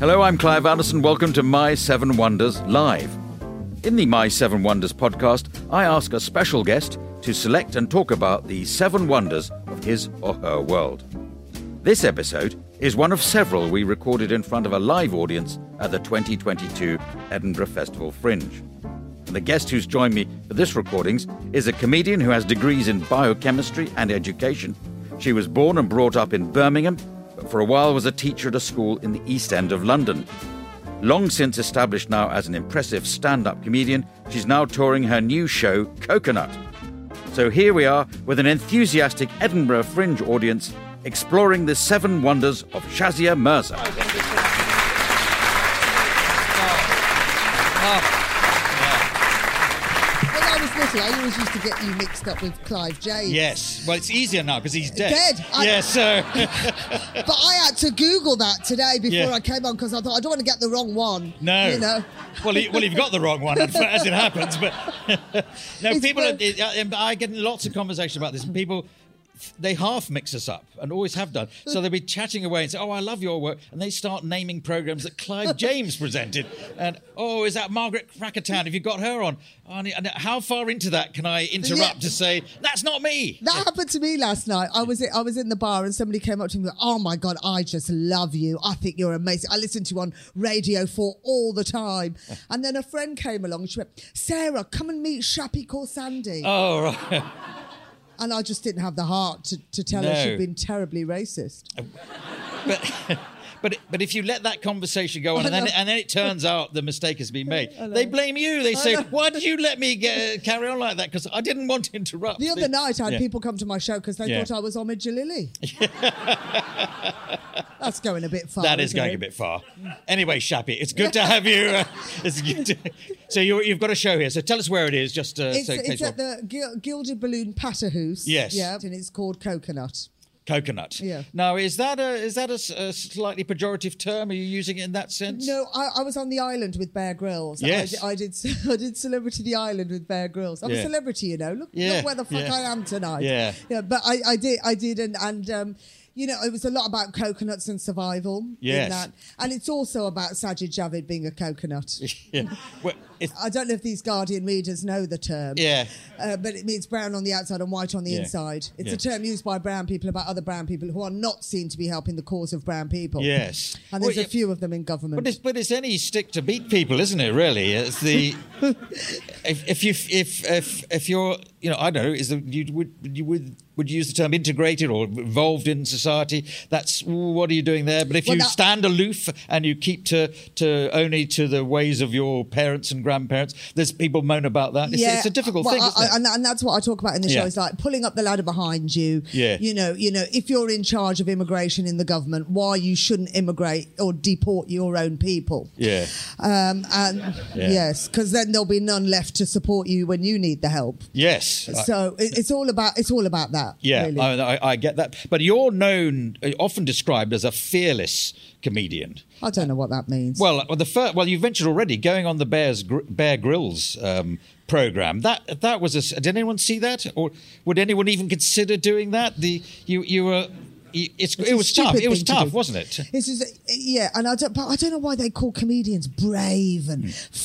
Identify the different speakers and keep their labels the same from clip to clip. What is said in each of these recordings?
Speaker 1: Hello, I'm Clive Anderson. Welcome to My Seven Wonders Live. In the My Seven Wonders podcast, I ask a special guest to select and talk about the seven wonders of his or her world. This episode is one of several we recorded in front of a live audience at the 2022 Edinburgh Festival Fringe. And the guest who's joined me for this recordings is a comedian who has degrees in biochemistry and education. She was born and brought up in Birmingham, but for a while was a teacher at a school in the East End of London. Long since established now as an impressive stand up comedian, she's now touring her new show, Coconut. So here we are with an enthusiastic Edinburgh Fringe audience exploring the seven wonders of Shazia Mirza.
Speaker 2: When I was little, I always used to get you mixed up with Clive James.
Speaker 3: Yes. Well, it's easier now because he's dead.
Speaker 2: Dead. I-
Speaker 3: yeah, so
Speaker 2: But I had to Google that today before
Speaker 3: Yeah.
Speaker 2: I came on because I thought I don't want to get the wrong one.
Speaker 3: no.
Speaker 2: You know.
Speaker 3: Well, he, well, you've got the wrong one as it happens. But no,
Speaker 2: It's
Speaker 3: people. Are,
Speaker 2: both.
Speaker 3: it- I- I get lots of conversation about this, and people. They half mix us up and always have done. So they'll be chatting away and say, Oh, I love your work. And they start naming programs that Clive James presented. And, Oh, is that Margaret Crackertown? Have you got her on? Oh, and- and how far into that can I interrupt to say, That's not me?
Speaker 2: That happened to me last night. I was I was in the bar and somebody came up to me. and Oh my god, I just love you. I think you're amazing. I listen to you on Radio Four all the time. And then a friend came along. and She went, Sarah, come and meet Shappy Corsandi.
Speaker 3: Oh, right.
Speaker 2: And I just didn't have the heart to, to tell her
Speaker 3: No.
Speaker 2: she'd been terribly racist.
Speaker 3: but but but if you let that conversation go on
Speaker 2: I
Speaker 3: and then,
Speaker 2: know.
Speaker 3: and then it turns out the mistake has been made, they blame you. They say,
Speaker 2: know.
Speaker 3: "Why did you let me get, uh, carry on like that? Because I didn't want to interrupt."
Speaker 2: The other night, I had
Speaker 3: Yeah.
Speaker 2: people come to my show because they
Speaker 3: Yeah.
Speaker 2: thought I was Omid Jalili. That's going a bit far.
Speaker 3: That is
Speaker 2: isn't
Speaker 3: going
Speaker 2: it?
Speaker 3: a bit far. Anyway, Shappy, it's good to have you. Uh, it's good to, so you, you've got a show here. So tell us where it is, just uh,
Speaker 2: It's,
Speaker 3: so
Speaker 2: it's
Speaker 3: Kate's one.
Speaker 2: at the Gil- Gilded Balloon Patterhouse.
Speaker 3: Yes.
Speaker 2: Yeah, and it's called Coconut.
Speaker 3: coconut.
Speaker 2: Yeah.
Speaker 3: Now, is that a is that a, s- a slightly pejorative term? Are you using it in that sense?
Speaker 2: No, I, I was on the island with Bear Grylls.
Speaker 3: Yes.
Speaker 2: I, did- I did. I did Celebrity the Island with Bear Grylls. I'm a
Speaker 3: Yeah.
Speaker 2: celebrity, you know. Look,
Speaker 3: Yeah,
Speaker 2: look where the fuck
Speaker 3: yeah.
Speaker 2: I am tonight.
Speaker 3: Yeah.
Speaker 2: yeah. But I, I did. I did, and and um, you know, it was a lot about coconuts and survival.
Speaker 3: Yes.
Speaker 2: In that. And it's also about Sajid Javid being a coconut.
Speaker 3: Yeah. Well, it's,
Speaker 2: I don't know if these Guardian readers know the term.
Speaker 3: yeah.
Speaker 2: Uh, but it means brown on the outside and white on the
Speaker 3: Yeah.
Speaker 2: inside. It's
Speaker 3: Yeah.
Speaker 2: a term used by brown people about other brown people who are not seen to be helping the cause of brown people.
Speaker 3: Yes. Well,
Speaker 2: And there's
Speaker 3: yeah.
Speaker 2: a few of them in government.
Speaker 3: But it's, but it's any stick to beat people, isn't it? Really, it's the if, if you if if if you're you know I don't know is the, you would you would would you use the term integrated or involved in society? That's ooh, what are you doing there? But if
Speaker 2: Well,
Speaker 3: you
Speaker 2: that-
Speaker 3: stand aloof and you keep to to only to the ways of your parents and grandparents, there's people moan about that. It's, it's a difficult
Speaker 2: well,
Speaker 3: thing,
Speaker 2: I-
Speaker 3: isn't it?
Speaker 2: I- and, and that's what I talk about in the show.
Speaker 3: Yeah.
Speaker 2: It's like pulling up the ladder behind you.
Speaker 3: Yeah.
Speaker 2: You know, you know, if you're in charge of immigration in the government, why you shouldn't immigrate or deport your own people.
Speaker 3: yeah.
Speaker 2: Um, and
Speaker 3: Yeah.
Speaker 2: yes, because then there'll be none left to support you when you need the help.
Speaker 3: Yes. I-
Speaker 2: So it, it's all about it's all about that.
Speaker 3: Uh, Yeah,
Speaker 2: really.
Speaker 3: I, I, I get that. But you're known, uh, often described as a fearless comedian.
Speaker 2: I don't know what that means.
Speaker 3: Well, well, the first, well, you mentioned already going on the Bears Gr- Bear Grylls um, program. That that was a. s- Did anyone see that, or would anyone even consider doing that? The you you were. you- It's, it
Speaker 2: a
Speaker 3: was tough.
Speaker 2: stupid
Speaker 3: It was
Speaker 2: thing to
Speaker 3: tough,
Speaker 2: do.
Speaker 3: wasn't it?
Speaker 2: This is yeah, and I don't. But I don't know why they call comedians brave and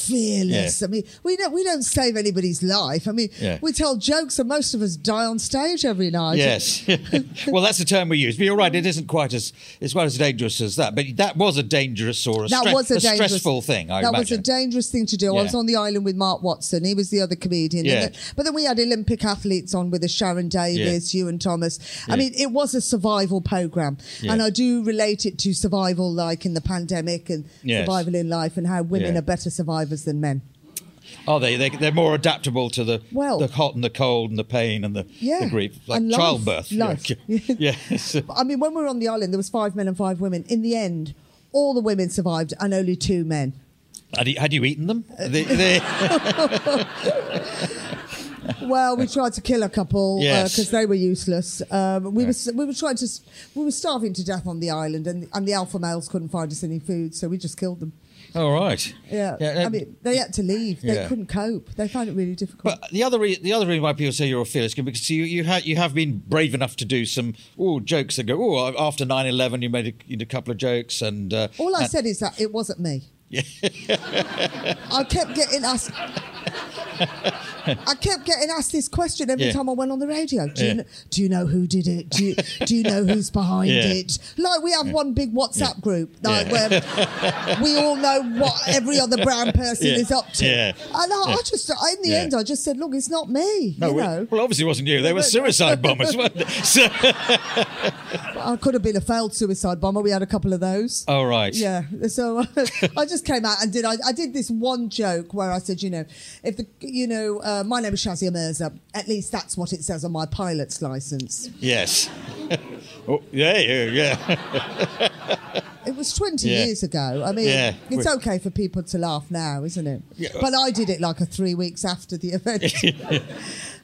Speaker 2: fearless.
Speaker 3: Hmm. Yeah.
Speaker 2: I mean, we don't we don't save anybody's life. I mean,
Speaker 3: Yeah.
Speaker 2: we tell jokes, and most of us die on stage every night.
Speaker 3: Yes. well, that's the term we use. But you're right. It isn't quite as it's quite as dangerous as that. But that was a dangerous or a,
Speaker 2: That
Speaker 3: stre-
Speaker 2: was a,
Speaker 3: a
Speaker 2: dangerous,
Speaker 3: stressful thing. I
Speaker 2: that was a
Speaker 3: imagine.
Speaker 2: dangerous thing to do. I
Speaker 3: Yeah.
Speaker 2: was on the island with Mark Watson. He was the other comedian. and
Speaker 3: Yeah.
Speaker 2: then- but then we had Olympic athletes on with us, Sharon Davis, you and Thomas. I mean, it was a survival survival program,
Speaker 3: Yeah.
Speaker 2: and I do relate it to survival, like in the pandemic and
Speaker 3: Yes.
Speaker 2: survival in life, and how women
Speaker 3: Yeah.
Speaker 2: are better survivors than men.
Speaker 3: Are they? they they're more adaptable to the
Speaker 2: Well-
Speaker 3: the hot and the cold and the pain and the,
Speaker 2: Yeah,
Speaker 3: the grief, like
Speaker 2: and life,
Speaker 3: childbirth. Yeah.
Speaker 2: life.
Speaker 3: yes.
Speaker 2: I mean, when we were on the island, there was five men and five women. In the end, all the women survived, and only two men.
Speaker 3: Had you, had you eaten them?
Speaker 2: Uh,
Speaker 3: They- they-
Speaker 2: Well, we tried to kill a couple
Speaker 3: Yes.
Speaker 2: because they were useless. Um, we were we were trying to s- we were starving to death on the island, and and the alpha males couldn't find us any food, so we just killed them.
Speaker 3: all right.
Speaker 2: Yeah,
Speaker 3: uh,
Speaker 2: I mean, they had to leave. They
Speaker 3: Yeah.
Speaker 2: couldn't cope. They found it really difficult.
Speaker 3: but the other re- the other reason why people say you're a fearless is because you you, ha- you have been brave enough to do some oh jokes that go oh after 9-11 you made a, you did a couple of jokes and uh,
Speaker 2: All I said is that it wasn't me. I kept getting asked. I kept getting asked this question every
Speaker 3: Yeah.
Speaker 2: time I went on the radio. Do,
Speaker 3: Yeah.
Speaker 2: you know, do you know who did it? Do you, do you know who's behind
Speaker 3: Yeah.
Speaker 2: it? Like we have one big WhatsApp
Speaker 3: Yeah.
Speaker 2: group like,
Speaker 3: Yeah.
Speaker 2: where we all know what every other brown person
Speaker 3: Yeah.
Speaker 2: is up to.
Speaker 3: Yeah.
Speaker 2: And I, I just, in the
Speaker 3: Yeah.
Speaker 2: end, I just said, look, it's not me.
Speaker 3: no,
Speaker 2: you
Speaker 3: we-
Speaker 2: know,
Speaker 3: well obviously it wasn't you they were suicide bombers weren't they so,
Speaker 2: I could have been a failed suicide bomber. We had a couple of those.
Speaker 3: all right
Speaker 2: Yeah. So I just came out and did I, I did this one joke where I said, you know, if the you know, uh, my name is Shazia Mirza. At least that's what it says on my pilot's license.
Speaker 3: yes oh, yeah yeah yeah
Speaker 2: It was 20
Speaker 3: Yeah.
Speaker 2: years ago. I mean,
Speaker 3: Yeah.
Speaker 2: it's okay for people to laugh now, isn't it?
Speaker 3: Yeah.
Speaker 2: But I did it like a 3 weeks after the event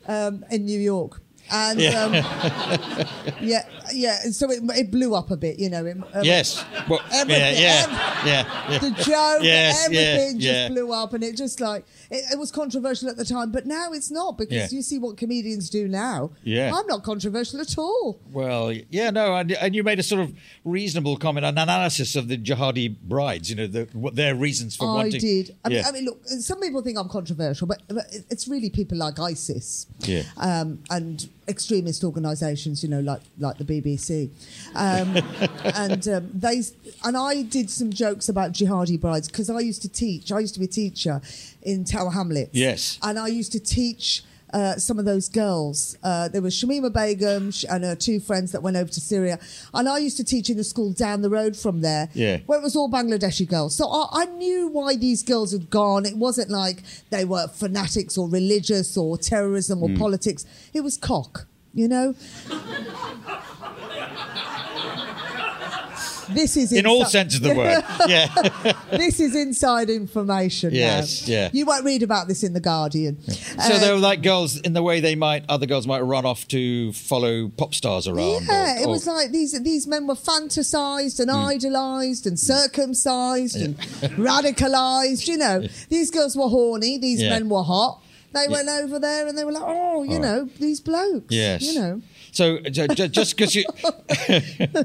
Speaker 2: um, in New York. And yeah. Um, yeah, yeah, and so it, it blew up a bit, you know. It, um,
Speaker 3: yes well, yeah
Speaker 2: Everything,
Speaker 3: yeah yeah, yeah.
Speaker 2: the joke,
Speaker 3: Yes, yeah,
Speaker 2: everything just
Speaker 3: yeah.
Speaker 2: blew up, and it just like it, it was controversial at the time, but now it's not because
Speaker 3: Yeah.
Speaker 2: you see what comedians do now.
Speaker 3: Yeah.
Speaker 2: I'm not controversial at all.
Speaker 3: Well, yeah, no, and, and you made a sort of reasonable comment, an analysis of the jihadi brides, you know, the, what their reasons for
Speaker 2: I
Speaker 3: wanting.
Speaker 2: did. I,
Speaker 3: yeah.
Speaker 2: mean, I mean, look, some people think I'm controversial, but, but it- it's really people like ISIS,
Speaker 3: Yeah.
Speaker 2: um, and extremist organisations, you know, like like the BBC, um, and um, they and I did some jokes about jihadi brides because I used to teach. I used to be a teacher in Tower Hamlets.
Speaker 3: Yes.
Speaker 2: and I used to teach. Uh, some of those girls. Uh, there was Shamima Begum sh- and her two friends that went over to Syria. And I used to teach in the school down the road from there
Speaker 3: Yeah.
Speaker 2: where it was all Bangladeshi girls. So I, I knew why these girls had gone. It wasn't like they were fanatics or religious or terrorism
Speaker 3: Hmm.
Speaker 2: or politics. It was cock, you know? this is
Speaker 3: in all
Speaker 2: insi-
Speaker 3: sense of the word. Yeah.
Speaker 2: this is inside information. now.
Speaker 3: Yes, yeah.
Speaker 2: You won't read about this in the Guardian.
Speaker 3: So
Speaker 2: Uh,
Speaker 3: they were like girls in the way they might, other girls might run off to follow pop stars around.
Speaker 2: Yeah,
Speaker 3: or-
Speaker 2: it
Speaker 3: or-
Speaker 2: was like these these men were fantasized and
Speaker 3: Hmm.
Speaker 2: idolized and circumcised and radicalized. You know, these girls were horny. These
Speaker 3: Yeah.
Speaker 2: men were hot. They went over there and they were like, oh, you know, these blokes.
Speaker 3: Yes.
Speaker 2: You know.
Speaker 3: So ju- ju- just because you,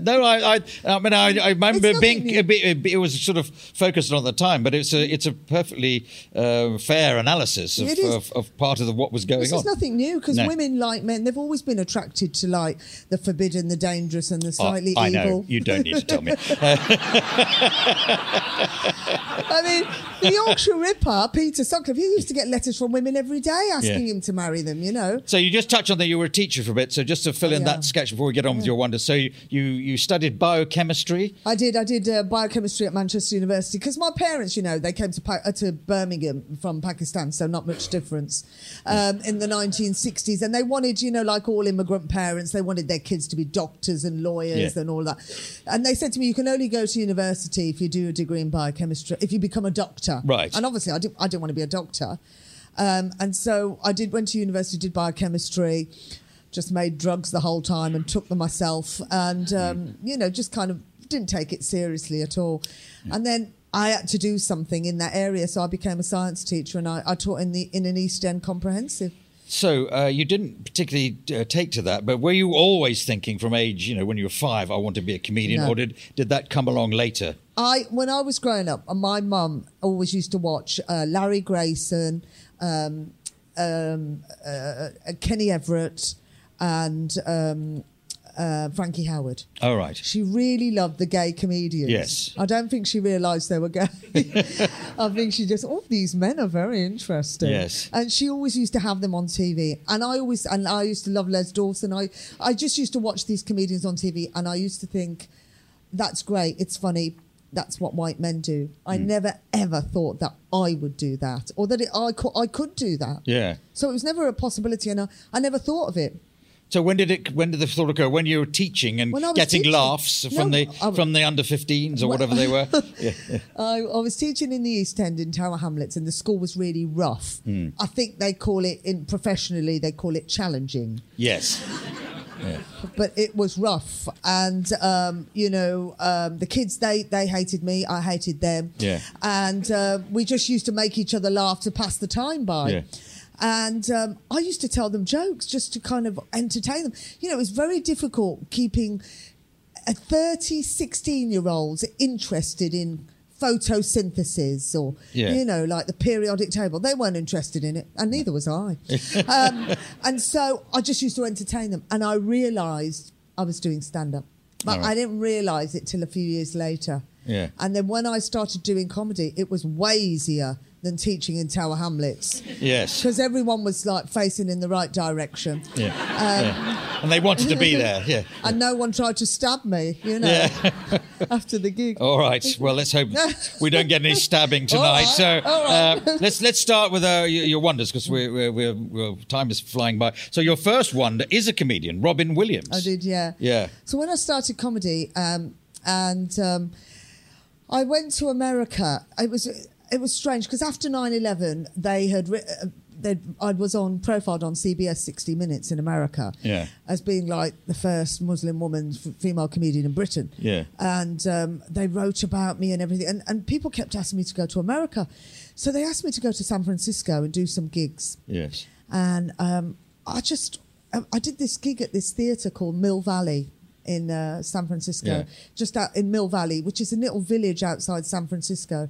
Speaker 3: no, I, I, I mean, I, I remember
Speaker 2: nothing
Speaker 3: being,
Speaker 2: new.
Speaker 3: a bit- a bit- it was sort of focused on at the time, but it's a, it's a perfectly uh, fair analysis of,
Speaker 2: It is.
Speaker 3: of, of part of the, what was going
Speaker 2: This
Speaker 3: on.
Speaker 2: is nothing new because
Speaker 3: No.
Speaker 2: women like men, they've always been attracted to like the forbidden, the dangerous, and the
Speaker 3: Oh,
Speaker 2: slightly
Speaker 3: I
Speaker 2: evil.
Speaker 3: know. You don't need to tell me.
Speaker 2: I mean, the Yorkshire Ripper, Peter Sutcliffe, he used to get letters from women every day asking
Speaker 3: Yeah.
Speaker 2: him to marry them, you know.
Speaker 3: so you just touched on that you were a teacher for a bit. So just to fill in
Speaker 2: Yeah.
Speaker 3: that sketch before we get on with your wonders. So you, you, you studied biochemistry.
Speaker 2: I did. I did uh, biochemistry at Manchester University because my parents, you know, they came to pa- uh, to Birmingham from Pakistan, so not much difference um, in the 1960s. And they wanted, you know, like all immigrant parents, they wanted their kids to be doctors and lawyers
Speaker 3: Yeah.
Speaker 2: and all that. And they said to me, "You can only go to university if you do a degree in biochemistry, if you become a doctor."
Speaker 3: Right.
Speaker 2: And obviously, I didn't. I didn't want to be a doctor. Um, and so I did went to university, did biochemistry, just made drugs the whole time and took them myself, and um, you know just kind of didn't take it seriously at all. And then I had to do something in that area, so I became a science teacher and I, I taught in the in an East End comprehensive.
Speaker 3: So uh, you didn't particularly uh, take to that, but were you always thinking from age, you know, when you were five, I want to be a comedian,
Speaker 2: No.
Speaker 3: or did did that come along later?
Speaker 2: I when I was growing up, my mum always used to watch uh, Larry Grayson, um, uh, um, uh, Kenny Everett, and um, uh, Frankie Howard.
Speaker 3: All right.
Speaker 2: She really loved the gay comedians.
Speaker 3: Yes.
Speaker 2: I don't think she realised they were gay. I think she just, oh, these men are very interesting.
Speaker 3: Yes.
Speaker 2: And she always used to have them on TV. And I always, and I used to love Les Dawson. I, I just used to watch these comedians on TV and I used to think, that's great, it's funny. That's what white men do. I
Speaker 3: Hmm.
Speaker 2: never ever thought that I would do that or that it, I, could, I could do that.
Speaker 3: Yeah.
Speaker 2: So it was never a possibility and I, I never thought of it.
Speaker 3: So when did it? When did the thought occur? When you were teaching and
Speaker 2: When I was
Speaker 3: getting
Speaker 2: teaching.
Speaker 3: laughs from
Speaker 2: No,
Speaker 3: the
Speaker 2: I-
Speaker 3: from the under 15s or whatever they were? Yeah.
Speaker 2: I, I was teaching in the East End in Tower Hamlets, and the school was really rough. I think they call it, in professionally, they call it challenging,
Speaker 3: Yes.
Speaker 2: but it was rough. And um, you know, um, the kids they they hated me, I hated them.
Speaker 3: Yeah.
Speaker 2: And uh, we just used to make each other laugh to pass the time by.
Speaker 3: Yeah.
Speaker 2: And um, I used to tell them jokes just to kind of entertain them. You know, it was very difficult keeping a 30, 16 year olds interested in photosynthesis or,
Speaker 3: Yeah.
Speaker 2: you know, like the periodic table. They weren't interested in it, and neither was I. um, and so I just used to entertain them. And I realized I was doing stand up. But
Speaker 3: All right.
Speaker 2: I didn't realize it till a few years later.
Speaker 3: Yeah.
Speaker 2: And then when I started doing comedy, it was way easier than teaching in Tower Hamlets
Speaker 3: Yes.
Speaker 2: because everyone was like facing in the right direction.
Speaker 3: Yeah.
Speaker 2: uh,
Speaker 3: yeah. And they wanted to be there. Yeah.
Speaker 2: And no one tried to stab me, you know, after the gig.
Speaker 3: All right. Well, let's hope we don't get any stabbing tonight.
Speaker 2: All
Speaker 3: So
Speaker 2: right, all right.
Speaker 3: uh, let's let's start with uh, your, your wonders because we're, we're, we're, we're time is flying by. So your first wonder is a comedian, Robin Williams.
Speaker 2: I did, yeah.
Speaker 3: Yeah.
Speaker 2: So when I started comedy, um, and um, I went to America, it was it was strange because after 9-11, they had. Ri- uh, they'd- I was on profiled on CBS 60 Minutes in America
Speaker 3: Yeah.
Speaker 2: as being like the first Muslim woman, f- female comedian in Britain.
Speaker 3: Yeah.
Speaker 2: And um, they wrote about me and everything. And, and people kept asking me to go to America. So they asked me to go to San Francisco and do some gigs
Speaker 3: Yes.
Speaker 2: and um, I just I, I did this gig at this theatre called Mill Valley in uh, San Francisco,
Speaker 3: Yeah.
Speaker 2: just out in Mill Valley, which is a little village outside San Francisco,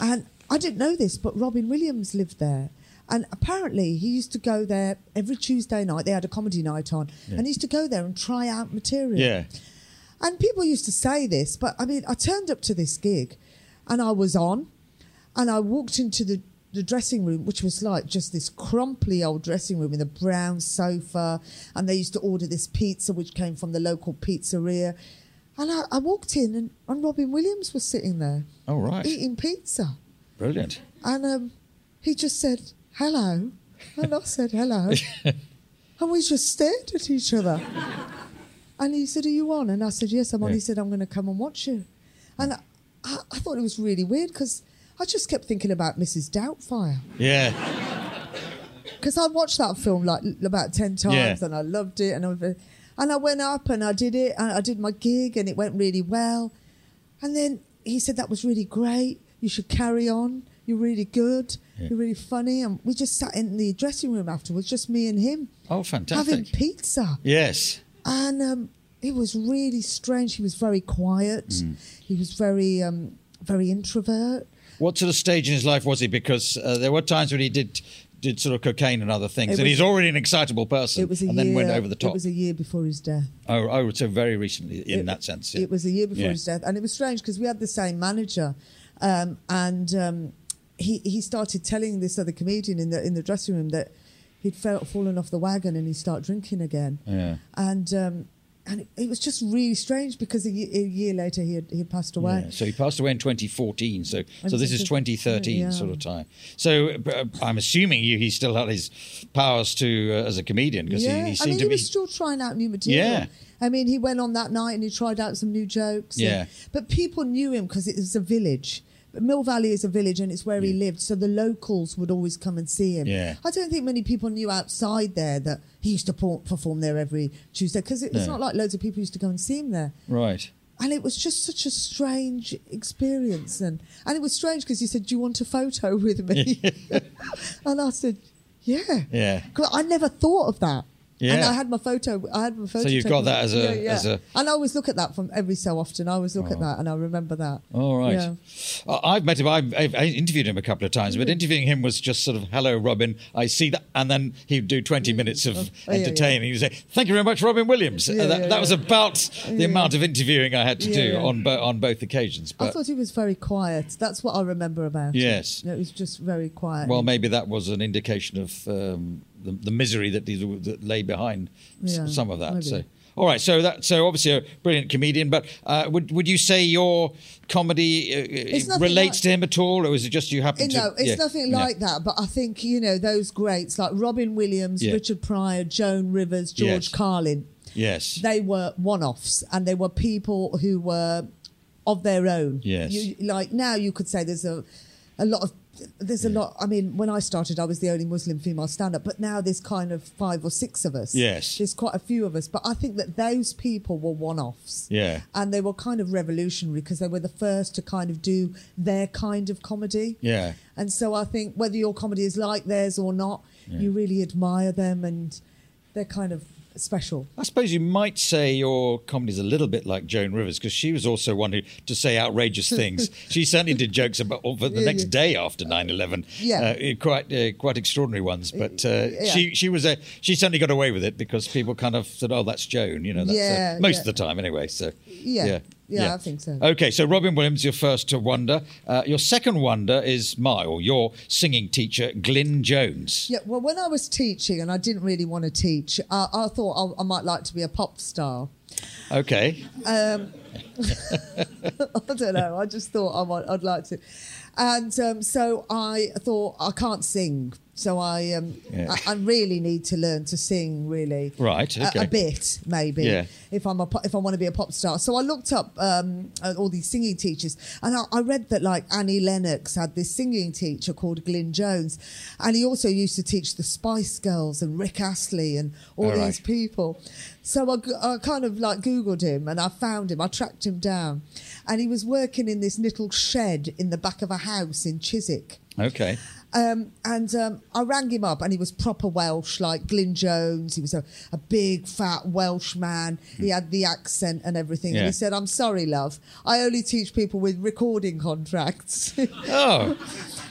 Speaker 2: and I didn't know this, but Robin Williams lived there. And apparently, he used to go there every Tuesday night. They had a comedy night on, and he used to go there and try out material.
Speaker 3: Yeah.
Speaker 2: And people used to say this, but I mean, I turned up to this gig and I was on and I walked into the, the dressing room, which was like just this crumply old dressing room with a brown sofa. And they used to order this pizza, which came from the local pizzeria. And I, I walked in and, and Robin Williams was sitting there
Speaker 3: Oh, right.
Speaker 2: eating pizza.
Speaker 3: Brilliant.
Speaker 2: And um, he just said, hello. And I said, hello. and we just stared at each other. And he said, are you on? And I said, yes, I'm on.
Speaker 3: Yeah.
Speaker 2: He said, I'm going to come and watch you. And I- I, I thought it was really weird because I just kept thinking about Mrs. Doubtfire.
Speaker 3: Yeah.
Speaker 2: Because I watched that film like l- about 10 times
Speaker 3: Yeah.
Speaker 2: and I loved it. And I, and I went up and I did it. And I did my gig and it went really well. And then he said, That was really great. You should carry on. You're really good. You're really funny. And we just sat in the dressing room afterwards, just me and him,
Speaker 3: Oh, fantastic.
Speaker 2: having pizza.
Speaker 3: Yes.
Speaker 2: And um, it was really strange. He was very quiet,
Speaker 3: Mm.
Speaker 2: he was very, um, very introvert.
Speaker 3: What sort of stage in his life was he? Because uh, there were times when he did did sort of cocaine and other things,
Speaker 2: It
Speaker 3: and
Speaker 2: was-
Speaker 3: he's already an excitable person,
Speaker 2: It was a
Speaker 3: and
Speaker 2: year.
Speaker 3: then went over the
Speaker 2: It
Speaker 3: top.
Speaker 2: was a year before his death.
Speaker 3: oh, oh, so very recently in
Speaker 2: It-
Speaker 3: that sense. yeah.
Speaker 2: It was a year before
Speaker 3: Yeah.
Speaker 2: his death, and it was strange because we had the same manager, um, and um, he he started telling this other comedian in the in the dressing room that he'd fell, fallen off the wagon and he started drinking again,
Speaker 3: Yeah.
Speaker 2: and. Um, and it, it was just really strange because a year, a year later he had, he had passed away.
Speaker 3: Yeah, so he passed away in 2014. So so this is 2013
Speaker 2: Yeah.
Speaker 3: sort of time. So uh, I'm assuming you, he still had his powers to uh, as a comedian because
Speaker 2: Yeah,
Speaker 3: he, he
Speaker 2: I
Speaker 3: seemed
Speaker 2: mean,
Speaker 3: to
Speaker 2: he
Speaker 3: be.
Speaker 2: was still trying out new material.
Speaker 3: Yeah.
Speaker 2: I mean, he went on that night and he tried out some new jokes. and-
Speaker 3: Yeah.
Speaker 2: but people knew him because it was a village. But Mill Valley is a village and it's where he lived, so the locals would always come and see him.
Speaker 3: Yeah.
Speaker 2: I don't think many people knew outside there that he used to por- perform there every Tuesday because it's not like loads of people used to go and see him there
Speaker 3: right.
Speaker 2: and it was just such a strange experience and and it was strange because he said do you want a photo with me and i said yeah
Speaker 3: Yeah.
Speaker 2: 'Cause i never thought of that And
Speaker 3: Yeah.
Speaker 2: I had my photo. I had my photo.
Speaker 3: you've
Speaker 2: taken.
Speaker 3: got that as a- as a- Oh.
Speaker 2: And I always look at that from every so often. I always look at that and I remember that.
Speaker 3: All right.
Speaker 2: Yeah. Mm-hmm.
Speaker 3: I- I've met him. I've, I've I interviewed him a couple of times, but interviewing him was just sort of, "Hello, Robin. I see that," and then he'd do twenty minutes of
Speaker 2: Oh, yeah, yeah.
Speaker 3: entertaining. He'd say, "Thank you very much, Robin Williams."
Speaker 2: Yeah,
Speaker 3: Uh, that
Speaker 2: yeah,
Speaker 3: that was
Speaker 2: yeah.
Speaker 3: about the amount of interviewing I had to
Speaker 2: Yeah,
Speaker 3: do
Speaker 2: yeah.
Speaker 3: on bo- on both occasions.
Speaker 2: I
Speaker 3: But
Speaker 2: thought he was very quiet. That's what I remember about. him.
Speaker 3: Yes.
Speaker 2: It was just very quiet.
Speaker 3: well, maybe that was an indication of um, the, the misery that, these, that lay behind s-
Speaker 2: Yeah,
Speaker 3: some of that.
Speaker 2: maybe.
Speaker 3: So. All right, so that so obviously a brilliant comedian, but uh, would would you say your comedy uh,
Speaker 2: nothing
Speaker 3: relates
Speaker 2: like-
Speaker 3: to him at all, or is it just you happen to?
Speaker 2: No, it's
Speaker 3: yeah,
Speaker 2: nothing
Speaker 3: yeah.
Speaker 2: like that. But I think you know those greats like Robin Williams,
Speaker 3: Yeah.
Speaker 2: Richard Pryor, Joan Rivers, George
Speaker 3: Yes.
Speaker 2: Carlin.
Speaker 3: Yes.
Speaker 2: They were one-offs, and they were people who were of their own.
Speaker 3: Yes.
Speaker 2: You, like now, you could say there's a, a lot of. There's a lot. I mean, when I started, I was the only Muslim female stand-up, but now there's kind of five or six of us.
Speaker 3: Yes.
Speaker 2: there's quite a few of us. But I think that those people were one-offs.
Speaker 3: Yeah.
Speaker 2: and they were kind of revolutionary because they were the first to kind of do their kind of comedy.
Speaker 3: Yeah.
Speaker 2: And so I think whether your comedy is like theirs or not, you really admire them and they're kind of special.
Speaker 3: I suppose you might say your comedy's a little bit like Joan Rivers because she was also one who to say outrageous things. she certainly did jokes about oh, for the next day after 9-11.
Speaker 2: Yeah. Eh,
Speaker 3: uh, quite uh, quite extraordinary ones. But uh,
Speaker 2: yeah.
Speaker 3: she she was a she certainly got away with it because people kind of said, "Oh, that's Joan," you know. That's, uh,
Speaker 2: Yeah,
Speaker 3: most
Speaker 2: yeah.
Speaker 3: of the time, anyway. So
Speaker 2: Yeah. Yeah, Uh, I think so.
Speaker 3: Okay, so Robin Williams, your first to wonder. Uh, your second wonder is my or your singing teacher, Glyn Jones.
Speaker 2: Yeah, well, when I was teaching and I didn't really want to teach, I, I thought I, I might like to be a pop star.
Speaker 3: Okay.
Speaker 2: I don't know. I just thought I might, I'd like to. And um, so I thought I can't sing. So I, um,
Speaker 3: Yeah.
Speaker 2: I, I really need to learn to sing, really.
Speaker 3: Right,
Speaker 2: A- A,
Speaker 3: okay.
Speaker 2: bit, maybe.
Speaker 3: Yeah.
Speaker 2: If I'm a, po- if I want to be a pop star. So I looked up um, at all these singing teachers, and I, I read that like Annie Lennox had this singing teacher called Glyn Jones, and he also used to teach the Spice Girls and Rick Astley and all
Speaker 3: All right.
Speaker 2: these people. So I, g- I kind of like Googled him and I found him. I tracked him down, and he was working in this little shed in the back of a house in Chiswick.
Speaker 3: Okay.
Speaker 2: Um, and um, I rang him up, and he was proper Welsh, like Glyn Jones. He was a, a big, fat Welsh man. He had the accent and everything. And
Speaker 3: Yeah.
Speaker 2: he said, I'm sorry, love. I only teach people with recording contracts.
Speaker 3: Oh.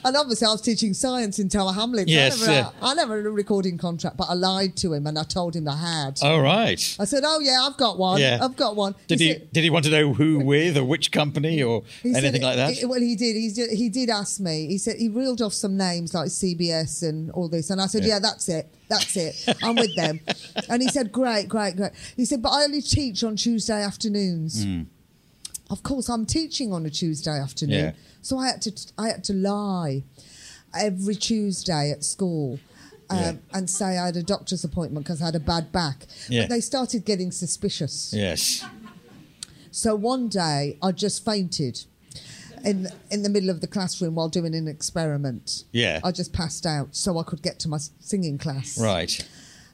Speaker 2: and obviously, I was teaching science in Tower Hamlets.
Speaker 3: Yes,
Speaker 2: I, never,
Speaker 3: yeah.
Speaker 2: I never had a recording contract, but I lied to him and I told him I had.
Speaker 3: All right.
Speaker 2: I said, Oh, yeah, I've got one.
Speaker 3: Yeah.
Speaker 2: I've got one.
Speaker 3: Did he,
Speaker 2: said-
Speaker 3: did he want to know who with or which company or
Speaker 2: He said
Speaker 3: anything
Speaker 2: it-
Speaker 3: like that?
Speaker 2: it- well, he did. He did. He did ask me. He said he reeled off some names like CBS and all this, and I said, "Yeah, that's it. That's it. I'm with them." And he said, "Great, great, great." He said, "But I only teach on Tuesday afternoons."
Speaker 3: Hmm.
Speaker 2: Of course, I'm teaching on a Tuesday afternoon,
Speaker 3: Yeah.
Speaker 2: so I had to. I had to lie every Tuesday at school. Um, And say I had a doctor's appointment because I had a bad back.
Speaker 3: Yeah.
Speaker 2: But they started getting suspicious.
Speaker 3: yes.
Speaker 2: So one day I just fainted in in the middle of the classroom while doing an experiment.
Speaker 3: Yeah.
Speaker 2: I just passed out so I could get to my s- singing class.
Speaker 3: Right.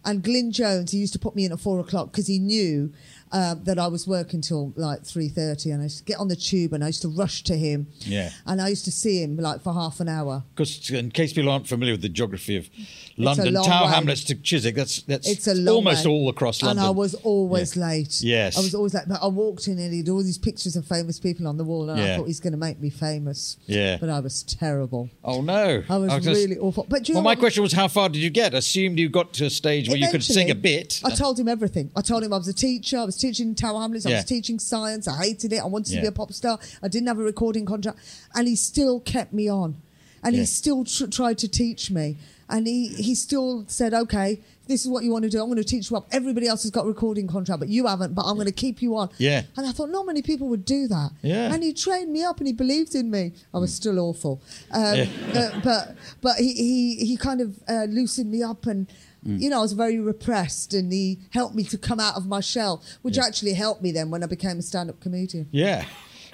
Speaker 2: And Glyn Jones, he used to put me in at four o'clock because he knew uh, that I was working till like three thirty, and I used to get on the tube and I used to rush to him.
Speaker 3: Yeah.
Speaker 2: And I used to see him like for half an hour.
Speaker 3: Because in case people aren't familiar with the geography of London,
Speaker 2: long
Speaker 3: Tower
Speaker 2: way.
Speaker 3: Hamlets to Chiswick, that's that's
Speaker 2: It's a long
Speaker 3: almost
Speaker 2: way.
Speaker 3: all across London.
Speaker 2: And I was always late.
Speaker 3: Yes.
Speaker 2: I was always late. But I walked in and he'd all these pictures of famous people on the wall, and
Speaker 3: Yeah.
Speaker 2: I thought he's going to make me famous.
Speaker 3: Yeah.
Speaker 2: But I was terrible.
Speaker 3: Oh no!
Speaker 2: I was
Speaker 3: just-
Speaker 2: really awful. But do you
Speaker 3: well,
Speaker 2: know
Speaker 3: my
Speaker 2: what-
Speaker 3: question was, how far did you get? Assumed you got to a stage where you could sing a
Speaker 2: Eventually,
Speaker 3: bit.
Speaker 2: I told him everything. I told him I was a teacher. I was teaching Tower Hamlets. I
Speaker 3: Yeah.
Speaker 2: was teaching science. I hated it. I wanted
Speaker 3: Yeah.
Speaker 2: to be a pop star. I didn't have a recording contract, and he still kept me on, and
Speaker 3: Yeah.
Speaker 2: he still tr- tried to teach me, and he he still said, "Okay, this is what you want to do. I'm going to teach you up. Everybody else has got a recording contract, but you haven't. But I'm going to keep you on."
Speaker 3: Yeah.
Speaker 2: And I thought not many people would do that.
Speaker 3: Yeah. Hmm.
Speaker 2: And he trained me up, and he believed in me. I was still awful, um, uh, but but he he he kind of uh, loosened me up and.
Speaker 3: Hmm.
Speaker 2: You know, I was very repressed, and he helped me to come out of my shell, which actually helped me then when I became a stand-up comedian.
Speaker 3: yeah.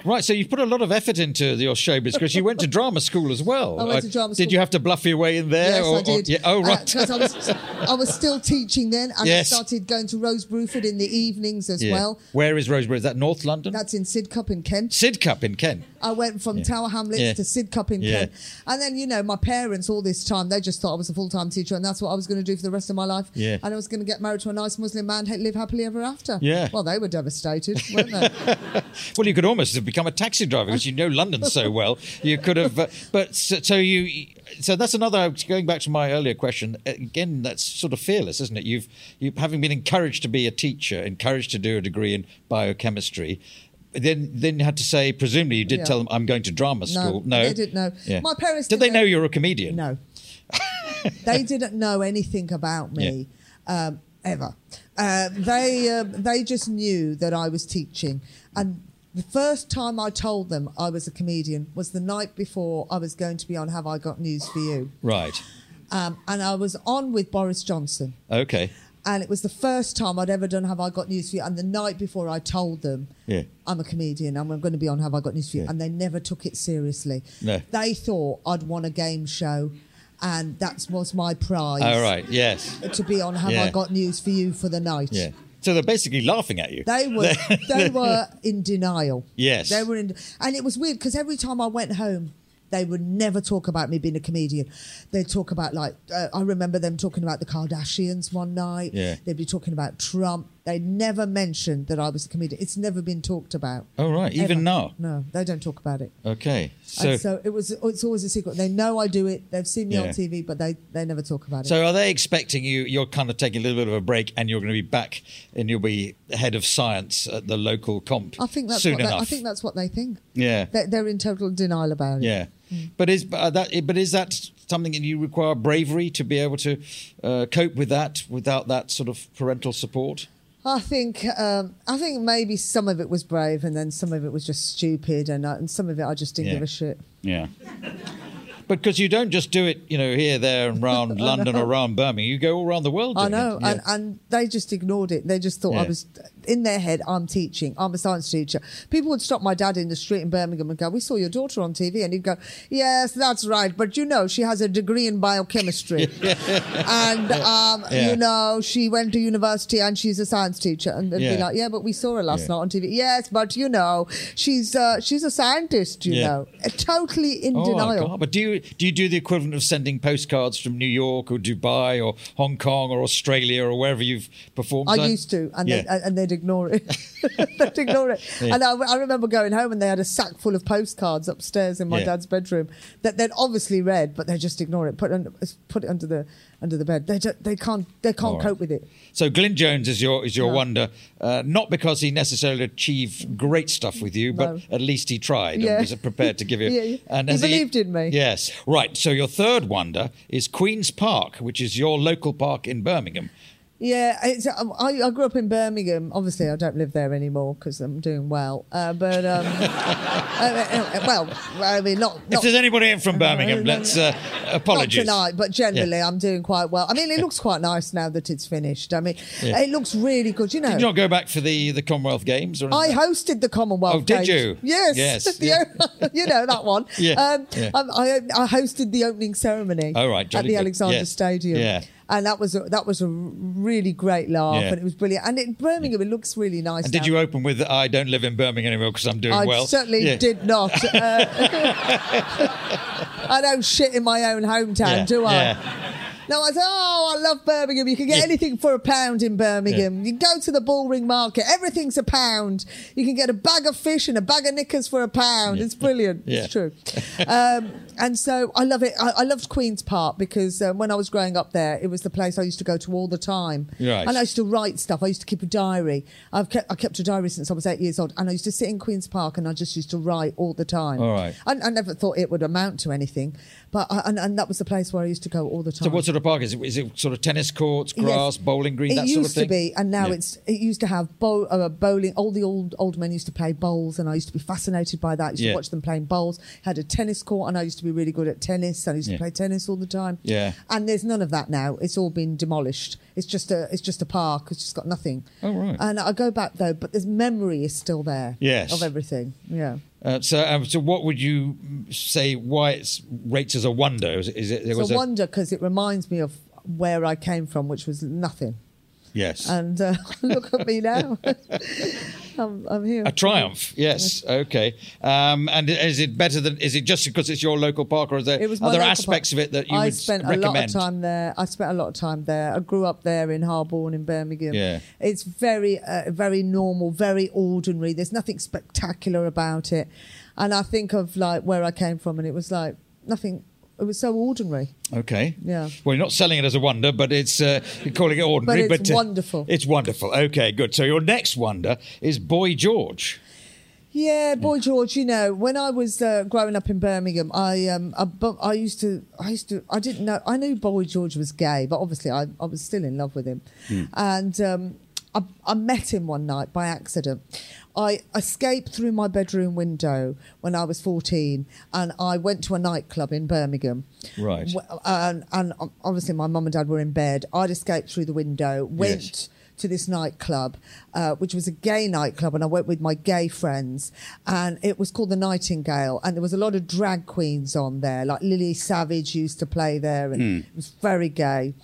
Speaker 3: Right, so you put a lot of effort into your showbiz because you went to drama school as well.
Speaker 2: I went
Speaker 3: Uh,
Speaker 2: to drama
Speaker 3: Did
Speaker 2: school.
Speaker 3: you have to bluff your way in there?
Speaker 2: Yes,
Speaker 3: or,
Speaker 2: I
Speaker 3: or-
Speaker 2: did.
Speaker 3: yeah, oh,
Speaker 2: Uh,
Speaker 3: right.
Speaker 2: 'cause I was, I was still teaching then, and
Speaker 3: Yes.
Speaker 2: I started going to Rose Bruford in the evenings as
Speaker 3: Yeah.
Speaker 2: well.
Speaker 3: Where is Rosebery? Is that North London?
Speaker 2: That's in Sidcup in Kent.
Speaker 3: Sidcup in Kent.
Speaker 2: I went from Tower Hamlets
Speaker 3: Yeah.
Speaker 2: to Sidcup in
Speaker 3: Yeah.
Speaker 2: Kent. And then, you know, my parents all this time, they just thought I was a full time teacher and that's what I was going to do for the rest of my life.
Speaker 3: Yeah.
Speaker 2: And I was going to get married to a nice Muslim man, ha- live happily ever after.
Speaker 3: Yeah.
Speaker 2: Well, they were devastated, weren't they?
Speaker 3: Well, you could almost have become a taxi driver because you know London so well. You could have, uh, but so, so you. So that's another. uh, Going back to my earlier question uh, again, that's sort of fearless, isn't it? You've you having been encouraged to be a teacher, encouraged to do a degree in biochemistry. Then, then you had to say. Presumably, you did
Speaker 2: Yeah.
Speaker 3: tell them, "I'm going to drama school." No,
Speaker 2: they didn't know.
Speaker 3: Yeah.
Speaker 2: My parents
Speaker 3: did. They
Speaker 2: didn't know-
Speaker 3: know you're a comedian.
Speaker 2: No. they didn't know anything about me um, ever. Uh, they um, they just knew that I was teaching, and the first time I told them I was a comedian was the night before I was going to be on Have I Got News for You,
Speaker 3: Right.
Speaker 2: um, and I was on with Boris Johnson,
Speaker 3: Okay.
Speaker 2: and it was the first time I'd ever done Have I Got News for You, and the night before I told them.
Speaker 3: Yeah.
Speaker 2: I'm a comedian. I'm going to be on Have I Got News for You?
Speaker 3: Yeah.
Speaker 2: And they never took it seriously.
Speaker 3: No.
Speaker 2: They thought I'd won a game show, and that was my prize.
Speaker 3: All Oh, right. Yes.
Speaker 2: To be on Have
Speaker 3: Yeah.
Speaker 2: I Got News for You for the night.
Speaker 3: Yeah. So they're basically laughing at you.
Speaker 2: They were they were in denial.
Speaker 3: Yes.
Speaker 2: They were in and it was weird because every time I went home they would never talk about me being a comedian. They'd talk about like uh, I remember them talking about the Kardashians one night.
Speaker 3: Yeah.
Speaker 2: They'd be talking about Trump. They never mentioned that I was a comedian. It's never been talked about.
Speaker 3: All right. Even now.
Speaker 2: Ever. No, they don't talk about it.
Speaker 3: Okay. So.
Speaker 2: And so it was it's always a secret. They know I do it. They've seen me on
Speaker 3: Yeah.
Speaker 2: TV, but they they never talk about it.
Speaker 3: So are they expecting you? You're kind of taking a little bit of a break, and you're going to be back, and you'll be head of science at the local comp.
Speaker 2: I think that's
Speaker 3: soon
Speaker 2: what they,
Speaker 3: enough.
Speaker 2: I think that's what they think.
Speaker 3: Yeah.
Speaker 2: They're, they're in total denial about it.
Speaker 3: yeah. But is but, uh, that but is that something that you require bravery to be able to uh, cope with that without that sort of parental support?
Speaker 2: I think um, I think maybe some of it was brave, and then some of it was just stupid, and, I, and some of it I just didn't
Speaker 3: Yeah.
Speaker 2: give a shit.
Speaker 3: Yeah. Because you don't just do it, you know, here, there, and round London or round Birmingham. You go all around the world.
Speaker 2: I
Speaker 3: doing it.
Speaker 2: know,
Speaker 3: Yeah.
Speaker 2: and, and they just ignored it. They just thought
Speaker 3: Yeah.
Speaker 2: I was in their head. I'm teaching. I'm a science teacher. People would stop my dad in the street in Birmingham and go, "We saw your daughter on TV," and he'd go, "Yes, that's right, but you know, she has a degree in biochemistry, and um,
Speaker 3: Yeah.
Speaker 2: you know, she went to university and she's a science teacher." And they'd be
Speaker 3: Yeah.
Speaker 2: like, "Yeah, but we saw her last
Speaker 3: Yeah.
Speaker 2: night on TV." Yes, but you know, she's uh, she's a scientist. You
Speaker 3: Yeah.
Speaker 2: know, totally in
Speaker 3: Oh,
Speaker 2: denial.
Speaker 3: God. But do you do you do the equivalent of sending postcards from New York or Dubai or Hong Kong or Australia or wherever you've performed?
Speaker 2: I
Speaker 3: So-
Speaker 2: used to, and
Speaker 3: yeah.
Speaker 2: they'd, and they'd ignore it. they'd ignore it. And I, I remember going home, and they had a sack full of postcards upstairs in my
Speaker 3: Yeah.
Speaker 2: dad's bedroom that they'd obviously read, but they just ignore it. Put under, put it under the under the bed. They just, they can't they can't
Speaker 3: right.
Speaker 2: cope with it.
Speaker 3: so Glyn Jones is your is your wonder, uh, not because he necessarily achieved great stuff with you, but
Speaker 2: No.
Speaker 3: at least he tried
Speaker 2: Yeah.
Speaker 3: and was prepared to give you.
Speaker 2: Yeah, yeah.
Speaker 3: and
Speaker 2: He
Speaker 3: has
Speaker 2: believed in me.
Speaker 3: Yes, right. So your third wonder is Queens Park, which is your local park in Birmingham.
Speaker 2: Yeah, it's, um, I, I grew up in Birmingham. Obviously, I don't live there anymore because I'm doing well. Uh, but um, I mean, well, I mean, not,
Speaker 3: If
Speaker 2: not
Speaker 3: there's anybody in from Birmingham,
Speaker 2: no,
Speaker 3: let's uh, apologies.
Speaker 2: Not tonight, but generally, I'm doing quite well. I mean, it looks quite nice now that it's finished. I mean,
Speaker 3: Yeah.
Speaker 2: it looks really good. You know,
Speaker 3: Did you not go back for the, the Commonwealth Games or
Speaker 2: I
Speaker 3: anything?
Speaker 2: hosted the Commonwealth
Speaker 3: Oh, did
Speaker 2: Games.
Speaker 3: you?
Speaker 2: Yes.
Speaker 3: Yes,
Speaker 2: The
Speaker 3: yeah.
Speaker 2: o- you know that one.
Speaker 3: Yeah,
Speaker 2: Um,
Speaker 3: yeah.
Speaker 2: um, I, I hosted the opening ceremony
Speaker 3: Oh, right,
Speaker 2: at
Speaker 3: jolly
Speaker 2: the
Speaker 3: good.
Speaker 2: Alexander
Speaker 3: Yes.
Speaker 2: Stadium.
Speaker 3: Yeah.
Speaker 2: And that was a, that was a r- really great laugh,
Speaker 3: Yeah.
Speaker 2: and it was brilliant. And in Birmingham, it looks really nice.
Speaker 3: And did
Speaker 2: now.
Speaker 3: you open with "I don't live in Birmingham anymore because I'm doing
Speaker 2: I
Speaker 3: well"?
Speaker 2: certainly
Speaker 3: Yeah.
Speaker 2: did not. Uh, I don't shit in my own hometown,
Speaker 3: Yeah,
Speaker 2: do I?
Speaker 3: yeah.
Speaker 2: No, I said, oh, I love Birmingham. You can get anything for a pound in Birmingham. You go to the Bullring Market, everything's a pound. You can get a bag of fish and a bag of knickers for a pound. It's brilliant.
Speaker 3: Yeah.
Speaker 2: It's true. um, and so I love it. I, I loved Queen's Park because um, when I was growing up there, it was the place I used to go to all the time.
Speaker 3: Right.
Speaker 2: And I used to write stuff. I used to keep a diary. I've kept, I kept a diary since I was eight years old. And I used to sit in Queen's Park and I just used to write all the time.
Speaker 3: All right.
Speaker 2: I, I never thought it would amount to anything. but I, and, and that was the place where I used to go all the time.
Speaker 3: So what sort of park is it? Is it sort of tennis courts,
Speaker 2: Yes.
Speaker 3: grass, bowling green,
Speaker 2: It
Speaker 3: that
Speaker 2: used
Speaker 3: sort of thing?
Speaker 2: to be, and now
Speaker 3: Yeah.
Speaker 2: it's it used to have bowl, uh, bowling. All the old old men used to play bowls, and I used to be fascinated by that. I used
Speaker 3: Yeah.
Speaker 2: to watch them playing bowls. Had a tennis court, and I used to be really good at tennis. and I used to play tennis all the time.
Speaker 3: Yeah.
Speaker 2: and there's none of that now. It's all been demolished. It's just a it's just a park. It's just got nothing.
Speaker 3: Oh, right.
Speaker 2: And I go back though, but this memory is still there.
Speaker 3: Yes.
Speaker 2: of everything. Yeah.
Speaker 3: Uh, so, um, so what would you say? Why it's rates as a wonder? Is, it- is it? There
Speaker 2: It's
Speaker 3: was
Speaker 2: a wonder because it reminds me of where I came from, which was nothing.
Speaker 3: Yes.
Speaker 2: and uh, look at me now. I'm, I'm here.
Speaker 3: A triumph, yes. Okay. Um, and is it better than? Is it just because it's your local park, or is there
Speaker 2: It was my
Speaker 3: other
Speaker 2: local
Speaker 3: aspects
Speaker 2: park.
Speaker 3: of it that you
Speaker 2: I
Speaker 3: would
Speaker 2: spent
Speaker 3: recommend?
Speaker 2: a lot of time there. I spent a lot of time there. I grew up there in Harborne in Birmingham.
Speaker 3: Yeah.
Speaker 2: it's very, uh, very normal, very ordinary. There's nothing spectacular about it. And I think of like where I came from, and it was like nothing. It was so ordinary.
Speaker 3: Okay.
Speaker 2: Yeah.
Speaker 3: Well, you're not selling it as a wonder, but it's uh, you're calling it ordinary. uh,
Speaker 2: But it's wonderful.
Speaker 3: It's wonderful. Okay, good. So your next wonder is Boy George.
Speaker 2: Yeah, boy George. You know, when I was uh, growing up in Birmingham, I um, I, bu- I used to, I used to, I didn't know, I knew boy George was gay, but obviously I, I was still in love with him,
Speaker 3: Hmm.
Speaker 2: and um, I, I met him one night by accident. I escaped through my bedroom window when I was fourteen, and I went to a nightclub in Birmingham.
Speaker 3: Right.
Speaker 2: Wh- And, and obviously my mum and dad were in bed. I'd escaped through the window, went
Speaker 3: Yes.
Speaker 2: to this nightclub, uh, which was a gay nightclub, and I went with my gay friends, and it was called the Nightingale, and there was a lot of drag queens on there, like Lily Savage used to play there, and it was very gay.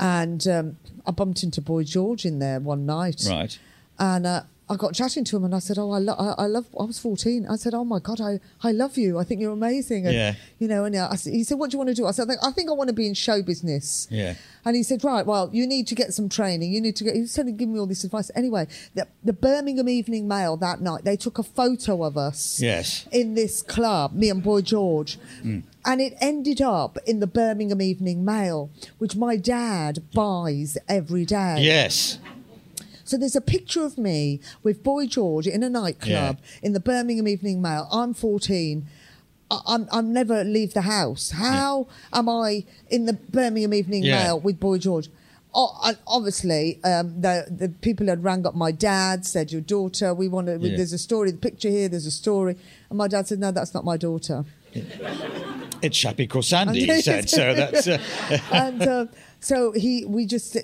Speaker 2: And um, I bumped into Boy George in there one night,
Speaker 3: Right.
Speaker 2: and uh, I got chatting to him, and I said, "Oh, I, lo- I, I love." I was fourteen. I said, "Oh my god, I, I love you. I think you're amazing." And,
Speaker 3: Yeah.
Speaker 2: You know, and uh, I, s- he said, "What do you want to do?" I said, "I think, I think I want to be in show business."
Speaker 3: Yeah.
Speaker 2: And he said, "Right, well, you need to get some training. You need to get." He was trying to give me all this advice. Anyway, the, the Birmingham Evening Mail that night, they took a photo of us
Speaker 3: Yes.
Speaker 2: in this club, me and Boy George.
Speaker 3: Mm.
Speaker 2: And it ended up in the Birmingham Evening Mail, which my dad buys every day.
Speaker 3: Yes.
Speaker 2: So there's a picture of me with Boy George in a nightclub in the Birmingham Evening Mail. I'm 14. I- I'm I'm never leave the house. How am I in the Birmingham Evening
Speaker 3: Yeah.
Speaker 2: Mail with Boy George? Oh, and obviously, um, the the people had rang up my dad, said your daughter. We want to.
Speaker 3: Yeah.
Speaker 2: There's a story. The picture here. There's a story. And my dad said, no, that's not my daughter.
Speaker 3: It's Shappy Corsandi, he
Speaker 2: Okay.
Speaker 3: said. So that's. Uh,
Speaker 2: and uh, so he, we just,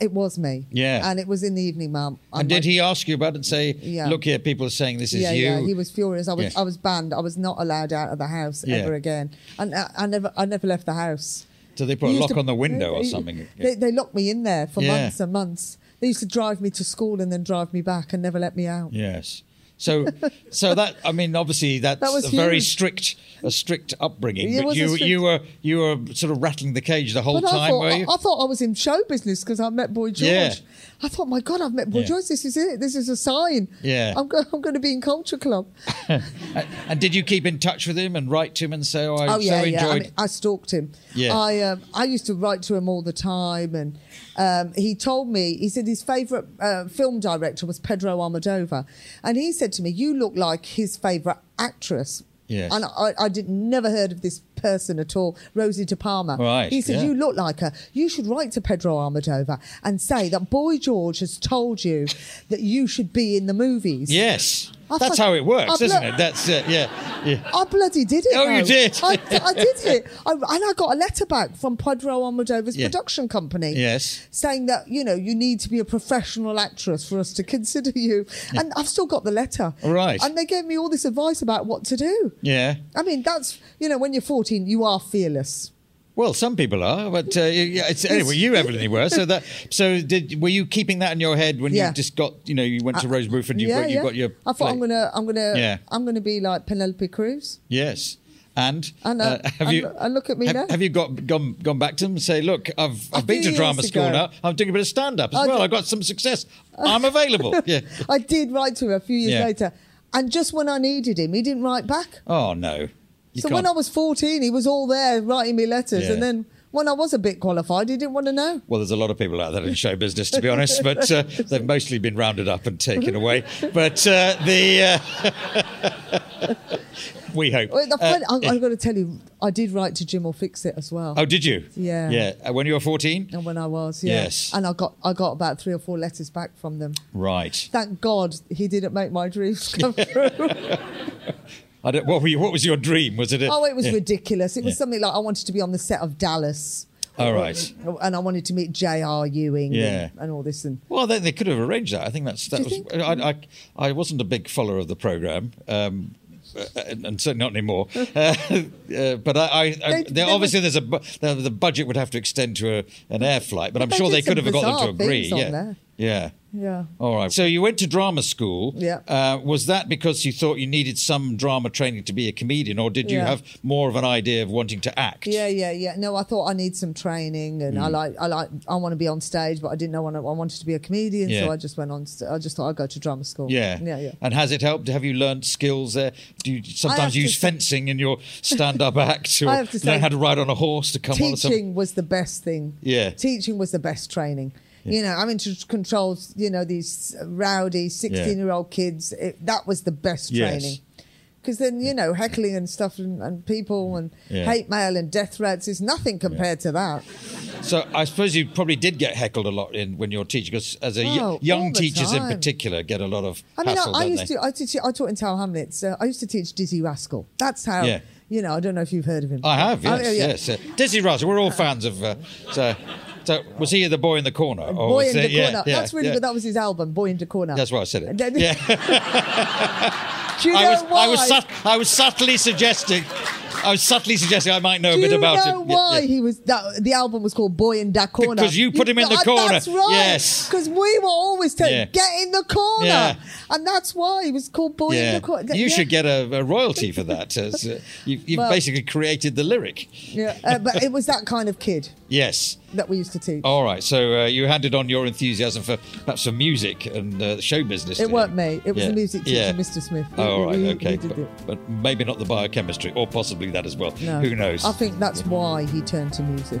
Speaker 2: it was me.
Speaker 3: Yeah.
Speaker 2: And it was in the Evening Mail.
Speaker 3: and did he ask you about it and say,
Speaker 2: Yeah.
Speaker 3: look here, people are saying this is
Speaker 2: yeah,
Speaker 3: you?
Speaker 2: yeah, he was furious. I was,
Speaker 3: Yes.
Speaker 2: I was banned. I was not allowed out of the house
Speaker 3: Yeah.
Speaker 2: ever again, and I, I never, I never left the house.
Speaker 3: So they put a
Speaker 2: They used
Speaker 3: lock
Speaker 2: to-
Speaker 3: on the window or
Speaker 2: they-
Speaker 3: something.
Speaker 2: They, they locked me in there for
Speaker 3: Yeah.
Speaker 2: months and months. They used to drive me to school and then drive me back and never let me out.
Speaker 3: Yes. So, so that I mean, obviously, that's
Speaker 2: That was
Speaker 3: a very
Speaker 2: huge.
Speaker 3: strict, a strict upbringing.
Speaker 2: It
Speaker 3: but
Speaker 2: was a
Speaker 3: you,
Speaker 2: strict-
Speaker 3: you were, you were sort of rattling the cage the whole
Speaker 2: But I
Speaker 3: time,
Speaker 2: thought,
Speaker 3: were you?
Speaker 2: I, I thought I was in show business because I met Boy George.
Speaker 3: Yeah.
Speaker 2: I thought, my God, I've met Boy
Speaker 3: Yeah.
Speaker 2: George. This is it. This is a sign.
Speaker 3: Yeah.
Speaker 2: I'm, go- I'm going to be in Culture Club.
Speaker 3: And- and did you keep in touch with him and write to him and say, "Oh, I
Speaker 2: Oh
Speaker 3: so
Speaker 2: yeah, yeah. I,
Speaker 3: enjoyed"?
Speaker 2: mean, I stalked him.
Speaker 3: Yeah.
Speaker 2: I um, I used to write to him all the time, and um, he told me he said his favorite uh, film director was Pedro Almodovar, and he said to me, "You look like his favorite actress."
Speaker 3: Yes.
Speaker 2: And I, I did never heard of this person at all, Rosie De Palma.
Speaker 3: Right,
Speaker 2: He said,
Speaker 3: yeah.
Speaker 2: "You look like her. You should write to Pedro Almodovar and say that Boy George has told you that you should be in the movies."
Speaker 3: yes,
Speaker 2: I
Speaker 3: that's
Speaker 2: thought-
Speaker 3: how it works,
Speaker 2: I've
Speaker 3: isn't
Speaker 2: lo-
Speaker 3: it? That's uh, yeah, yeah.
Speaker 2: I bloody did it.
Speaker 3: Oh, you
Speaker 2: though.
Speaker 3: did.
Speaker 2: I, I did it. I, and I got a letter back from Pedro Almodovar's
Speaker 3: Yeah.
Speaker 2: production company.
Speaker 3: Yes.
Speaker 2: Saying that, you know, you need to be a professional actress for us to consider you. And I've still got the letter.
Speaker 3: All right.
Speaker 2: And they gave me all this advice about what to do.
Speaker 3: Yeah.
Speaker 2: I mean, that's, you know, when you're 14, you are fearless.
Speaker 3: Well, some people are, but uh, yeah, it's, anyway, you evidently were. So that, so did were you keeping that in your head when
Speaker 2: Yeah. Uh,
Speaker 3: you just got, you know, you went to Rosebud and you
Speaker 2: yeah,
Speaker 3: got, you
Speaker 2: yeah.
Speaker 3: got your.
Speaker 2: I thought I'm
Speaker 3: plate?
Speaker 2: gonna, I'm gonna,
Speaker 3: Yeah.
Speaker 2: I'm gonna be like Penelope Cruz.
Speaker 3: Yes. And
Speaker 2: And, uh, and lo- and look at me
Speaker 3: have,
Speaker 2: now.
Speaker 3: Have you got gone gone back to them and say, look, I've
Speaker 2: A
Speaker 3: I've been
Speaker 2: few
Speaker 3: to drama
Speaker 2: years
Speaker 3: school
Speaker 2: ago.
Speaker 3: now. I'm doing a bit of stand up as
Speaker 2: I
Speaker 3: well.
Speaker 2: d-
Speaker 3: I've got some success. I'm available. Yeah.
Speaker 2: I did write to him a few years
Speaker 3: Yeah.
Speaker 2: later, and just when I needed him, he didn't write back.
Speaker 3: Oh no. You
Speaker 2: so
Speaker 3: can't.
Speaker 2: when I was 14, he was all there writing me letters.
Speaker 3: Yeah.
Speaker 2: And then when I was a bit qualified, he didn't want to know.
Speaker 3: well, there's a lot of people out there in show business, to be honest, but uh, they've mostly been rounded up and taken away. But uh, the uh, we hope.
Speaker 2: Well, the
Speaker 3: Uh,
Speaker 2: funny- I, I've got to tell you, I did write to Jim or Fix It as well.
Speaker 3: oh, did you?
Speaker 2: Yeah.
Speaker 3: Yeah. Uh, When you were 14.
Speaker 2: And when I was, yeah.
Speaker 3: Yes.
Speaker 2: And I got, I got about three or four letters back from them.
Speaker 3: Right.
Speaker 2: Thank God he didn't make my dreams come true.
Speaker 3: I don't, what, were you, what was your dream? Was it? A,
Speaker 2: oh, it was
Speaker 3: yeah.
Speaker 2: ridiculous. It was something like I wanted to be on the set of Dallas.
Speaker 3: All right.
Speaker 2: And I wanted to meet J.R. Ewing
Speaker 3: Yeah.
Speaker 2: and, and all this. And
Speaker 3: Well, then they could have arranged that. I think that's that
Speaker 2: you
Speaker 3: was.
Speaker 2: think?
Speaker 3: I, I I wasn't a big follower of the program. Um, uh, and and certainly not anymore. Uh, uh, but I, I, I
Speaker 2: They-
Speaker 3: there-
Speaker 2: there was-
Speaker 3: obviously there's a bu- the, the budget would have to extend to a, an air flight, but I'm
Speaker 2: they
Speaker 3: sure
Speaker 2: did
Speaker 3: they could
Speaker 2: some
Speaker 3: have got them
Speaker 2: bizarre
Speaker 3: to agree.
Speaker 2: things on
Speaker 3: Yeah.
Speaker 2: there.
Speaker 3: yeah,
Speaker 2: Yeah.
Speaker 3: All right. So you went to drama school.
Speaker 2: Yeah.
Speaker 3: Uh, was that because you thought you needed some drama training to be a comedian, or did you
Speaker 2: Yeah.
Speaker 3: have more of an idea of wanting to act?
Speaker 2: Yeah, yeah, yeah. No, I thought I need some training, and
Speaker 3: Mm.
Speaker 2: I like, I like, I want to be on stage, but I didn't know I wanna- I wanted to be a comedian,
Speaker 3: Yeah.
Speaker 2: so I just went on. St- I just thought I'd go to drama school.
Speaker 3: Yeah.
Speaker 2: yeah, yeah.
Speaker 3: And has it helped? Have you learned skills there? Do you
Speaker 2: have
Speaker 3: sometimes
Speaker 2: to
Speaker 3: use
Speaker 2: s-
Speaker 3: fencing in your stand up act or
Speaker 2: I have to say-
Speaker 3: learn how to ride on a horse to come on or something?
Speaker 2: Teaching was the best thing.
Speaker 3: Yeah.
Speaker 2: teaching was the best training. You know, I mean, to control, you know, these rowdy sixteen-year-old kids. It, that was the best
Speaker 3: Yes.
Speaker 2: training. Because then you know heckling and stuff and, and people and
Speaker 3: Mm. Yeah.
Speaker 2: hate mail and death threats is nothing compared to that.
Speaker 3: So I suppose you probably did get heckled a lot in when you're teaching, because as a y-
Speaker 2: Oh, all
Speaker 3: young
Speaker 2: the
Speaker 3: teachers in
Speaker 2: time.
Speaker 3: particular get a lot of
Speaker 2: I mean,
Speaker 3: hassle.
Speaker 2: I, I
Speaker 3: don't
Speaker 2: used
Speaker 3: they?
Speaker 2: to. I, teach, I taught in Tower Hamlets. Uh, I used to teach Dizzy Rascal. That's how.
Speaker 3: Yeah.
Speaker 2: You know, I don't know if you've heard of him.
Speaker 3: I have,
Speaker 2: Oh,
Speaker 3: yes,
Speaker 2: yeah, yeah.
Speaker 3: yes. Uh, Dizzy Russell, we're all fans of. Uh, so, so was he the boy in the corner? or
Speaker 2: Boy
Speaker 3: was
Speaker 2: in the
Speaker 3: Oh, it- yeah,
Speaker 2: corner.
Speaker 3: yeah,
Speaker 2: That's really
Speaker 3: yeah.
Speaker 2: good. That was his album, Boy in the Corner.
Speaker 3: That's why I said it.
Speaker 2: Then-
Speaker 3: Yeah,
Speaker 2: Do you know
Speaker 3: I was,
Speaker 2: why?
Speaker 3: I was, sut- I was subtly suggesting, I was subtly suggesting I might know a
Speaker 2: Do
Speaker 3: bit
Speaker 2: you
Speaker 3: about
Speaker 2: know
Speaker 3: it. Yeah,
Speaker 2: why
Speaker 3: yeah.
Speaker 2: he was? That, the album was called Boy in the Corner.
Speaker 3: Because you put him in the
Speaker 2: uh,
Speaker 3: corner.
Speaker 2: That's right.
Speaker 3: Yes.
Speaker 2: Because we were always telling
Speaker 3: Yeah.
Speaker 2: get in the corner,
Speaker 3: Yeah.
Speaker 2: and that's why he was called Boy in
Speaker 3: Yeah.
Speaker 2: the Corner.
Speaker 3: You
Speaker 2: Yeah.
Speaker 3: should get a, a royalty for that. as, uh, you, you've
Speaker 2: Well-
Speaker 3: basically created the lyric.
Speaker 2: Yeah, uh, but it was that kind of kid
Speaker 3: Yes.
Speaker 2: that we used to teach.
Speaker 3: All right. So uh, you handed on your enthusiasm for perhaps for music and uh, show business. to
Speaker 2: It
Speaker 3: him.
Speaker 2: weren't me. It was
Speaker 3: Yeah.
Speaker 2: the music teacher,
Speaker 3: Yeah.
Speaker 2: Mr. Smith.
Speaker 3: Oh, all right.
Speaker 2: He- he- he
Speaker 3: okay.
Speaker 2: did it.
Speaker 3: But, but maybe not the biochemistry, or possibly that as well.
Speaker 2: No.
Speaker 3: Who knows?
Speaker 2: I think that's why he turned to music.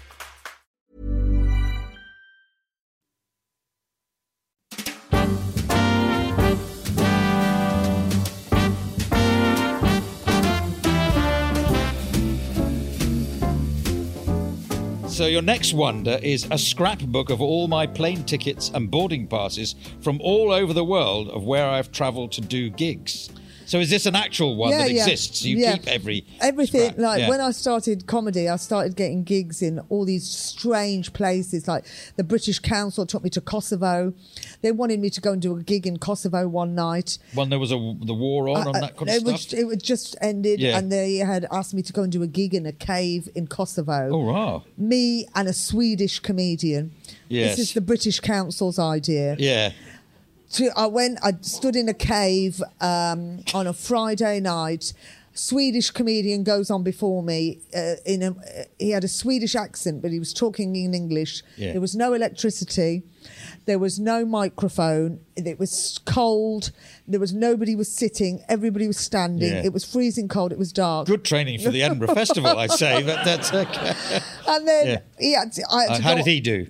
Speaker 3: So your next wonder is a scrapbook of all my plane tickets and boarding passes from all over the world of where I've travelled to do gigs. So is this an actual one that exists? You
Speaker 2: yeah.
Speaker 3: keep every
Speaker 2: everything.
Speaker 3: scrap.
Speaker 2: Like
Speaker 3: Yeah.
Speaker 2: when I started comedy, I started getting gigs in all these strange places. Like the British Council took me to Kosovo. They wanted me to go and do a gig in Kosovo one night.
Speaker 3: when there was a the war on on
Speaker 2: Uh,
Speaker 3: that kind
Speaker 2: it
Speaker 3: of
Speaker 2: was-
Speaker 3: stuff.
Speaker 2: it was just ended,
Speaker 3: Yeah.
Speaker 2: and they had asked me to go and do a gig in a cave in Kosovo.
Speaker 3: oh wow,
Speaker 2: Me and a Swedish comedian.
Speaker 3: Yes.
Speaker 2: This is the British Council's idea
Speaker 3: yeah,
Speaker 2: to, I went, I stood in a cave um, on a Friday night. Swedish comedian goes on before me. Uh, in a, uh, he had a Swedish accent, but he was talking in English.
Speaker 3: Yeah.
Speaker 2: There was no electricity. There was no microphone. It was cold. There was nobody was sitting. Everybody was standing.
Speaker 3: Yeah.
Speaker 2: It was freezing cold. It was dark.
Speaker 3: good training for the Edinburgh Festival, I'd say. But that's okay.
Speaker 2: And then
Speaker 3: Yeah.
Speaker 2: he had to, I had
Speaker 3: Uh,
Speaker 2: to
Speaker 3: how
Speaker 2: go-
Speaker 3: did he do?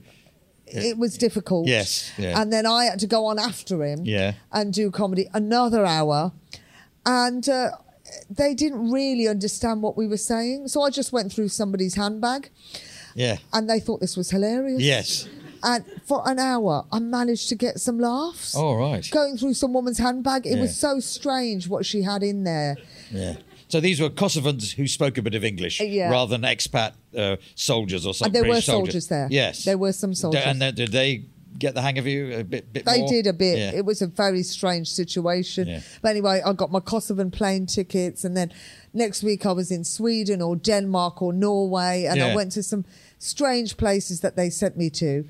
Speaker 2: it was difficult.
Speaker 3: Yes, yeah.
Speaker 2: And then I had to go on after him.
Speaker 3: Yeah.
Speaker 2: And do comedy another hour, and uh, they didn't really understand what we were saying. So I just went through somebody's handbag,
Speaker 3: Yeah,
Speaker 2: and they thought this was hilarious.
Speaker 3: yes,
Speaker 2: And for an hour, I managed to get some laughs.
Speaker 3: all right.
Speaker 2: Going through some woman's handbag, it was
Speaker 3: Yeah.
Speaker 2: so strange what she had in there.
Speaker 3: Yeah. So these were Kosovans who spoke a bit of English
Speaker 2: Uh, yeah.
Speaker 3: rather than expat uh, soldiers or something.
Speaker 2: there
Speaker 3: British
Speaker 2: were soldiers there.
Speaker 3: Yes.
Speaker 2: There were some soldiers.
Speaker 3: And then, did they get the hang of you a bit? bit
Speaker 2: They
Speaker 3: more?
Speaker 2: did a bit.
Speaker 3: Yeah.
Speaker 2: It was a very strange situation.
Speaker 3: Yeah.
Speaker 2: But anyway, I got my Kosovan plane tickets, and then next week I was in Sweden or Denmark or Norway, and I
Speaker 3: Yeah.
Speaker 2: went to some strange places that they sent me to.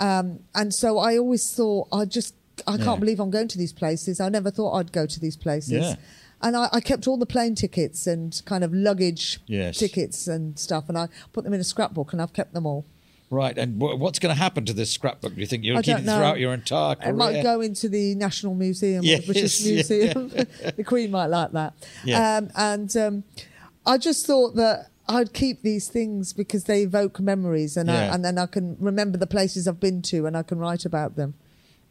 Speaker 2: Um, and so I always thought I just I
Speaker 3: Yeah.
Speaker 2: can't believe I'm going to these places. I never thought I'd go to these places.
Speaker 3: Yeah.
Speaker 2: And I, I kept all the plane tickets and kind of luggage
Speaker 3: Yes.
Speaker 2: tickets and stuff, and I put them in a scrapbook, and I've kept them all.
Speaker 3: Right, and wh- what's going to happen to this scrapbook? Do you think
Speaker 2: I
Speaker 3: you'll keep
Speaker 2: don't
Speaker 3: it
Speaker 2: know.
Speaker 3: throughout your entire career?
Speaker 2: It might go into the National Museum or the British
Speaker 3: Yes, yeah.
Speaker 2: Museum. the Queen might like that.
Speaker 3: Yeah.
Speaker 2: Um, and um, I just thought that I'd keep these things because they evoke memories, and
Speaker 3: Yeah.
Speaker 2: I, and then I can remember the places I've been to, and I can write about them.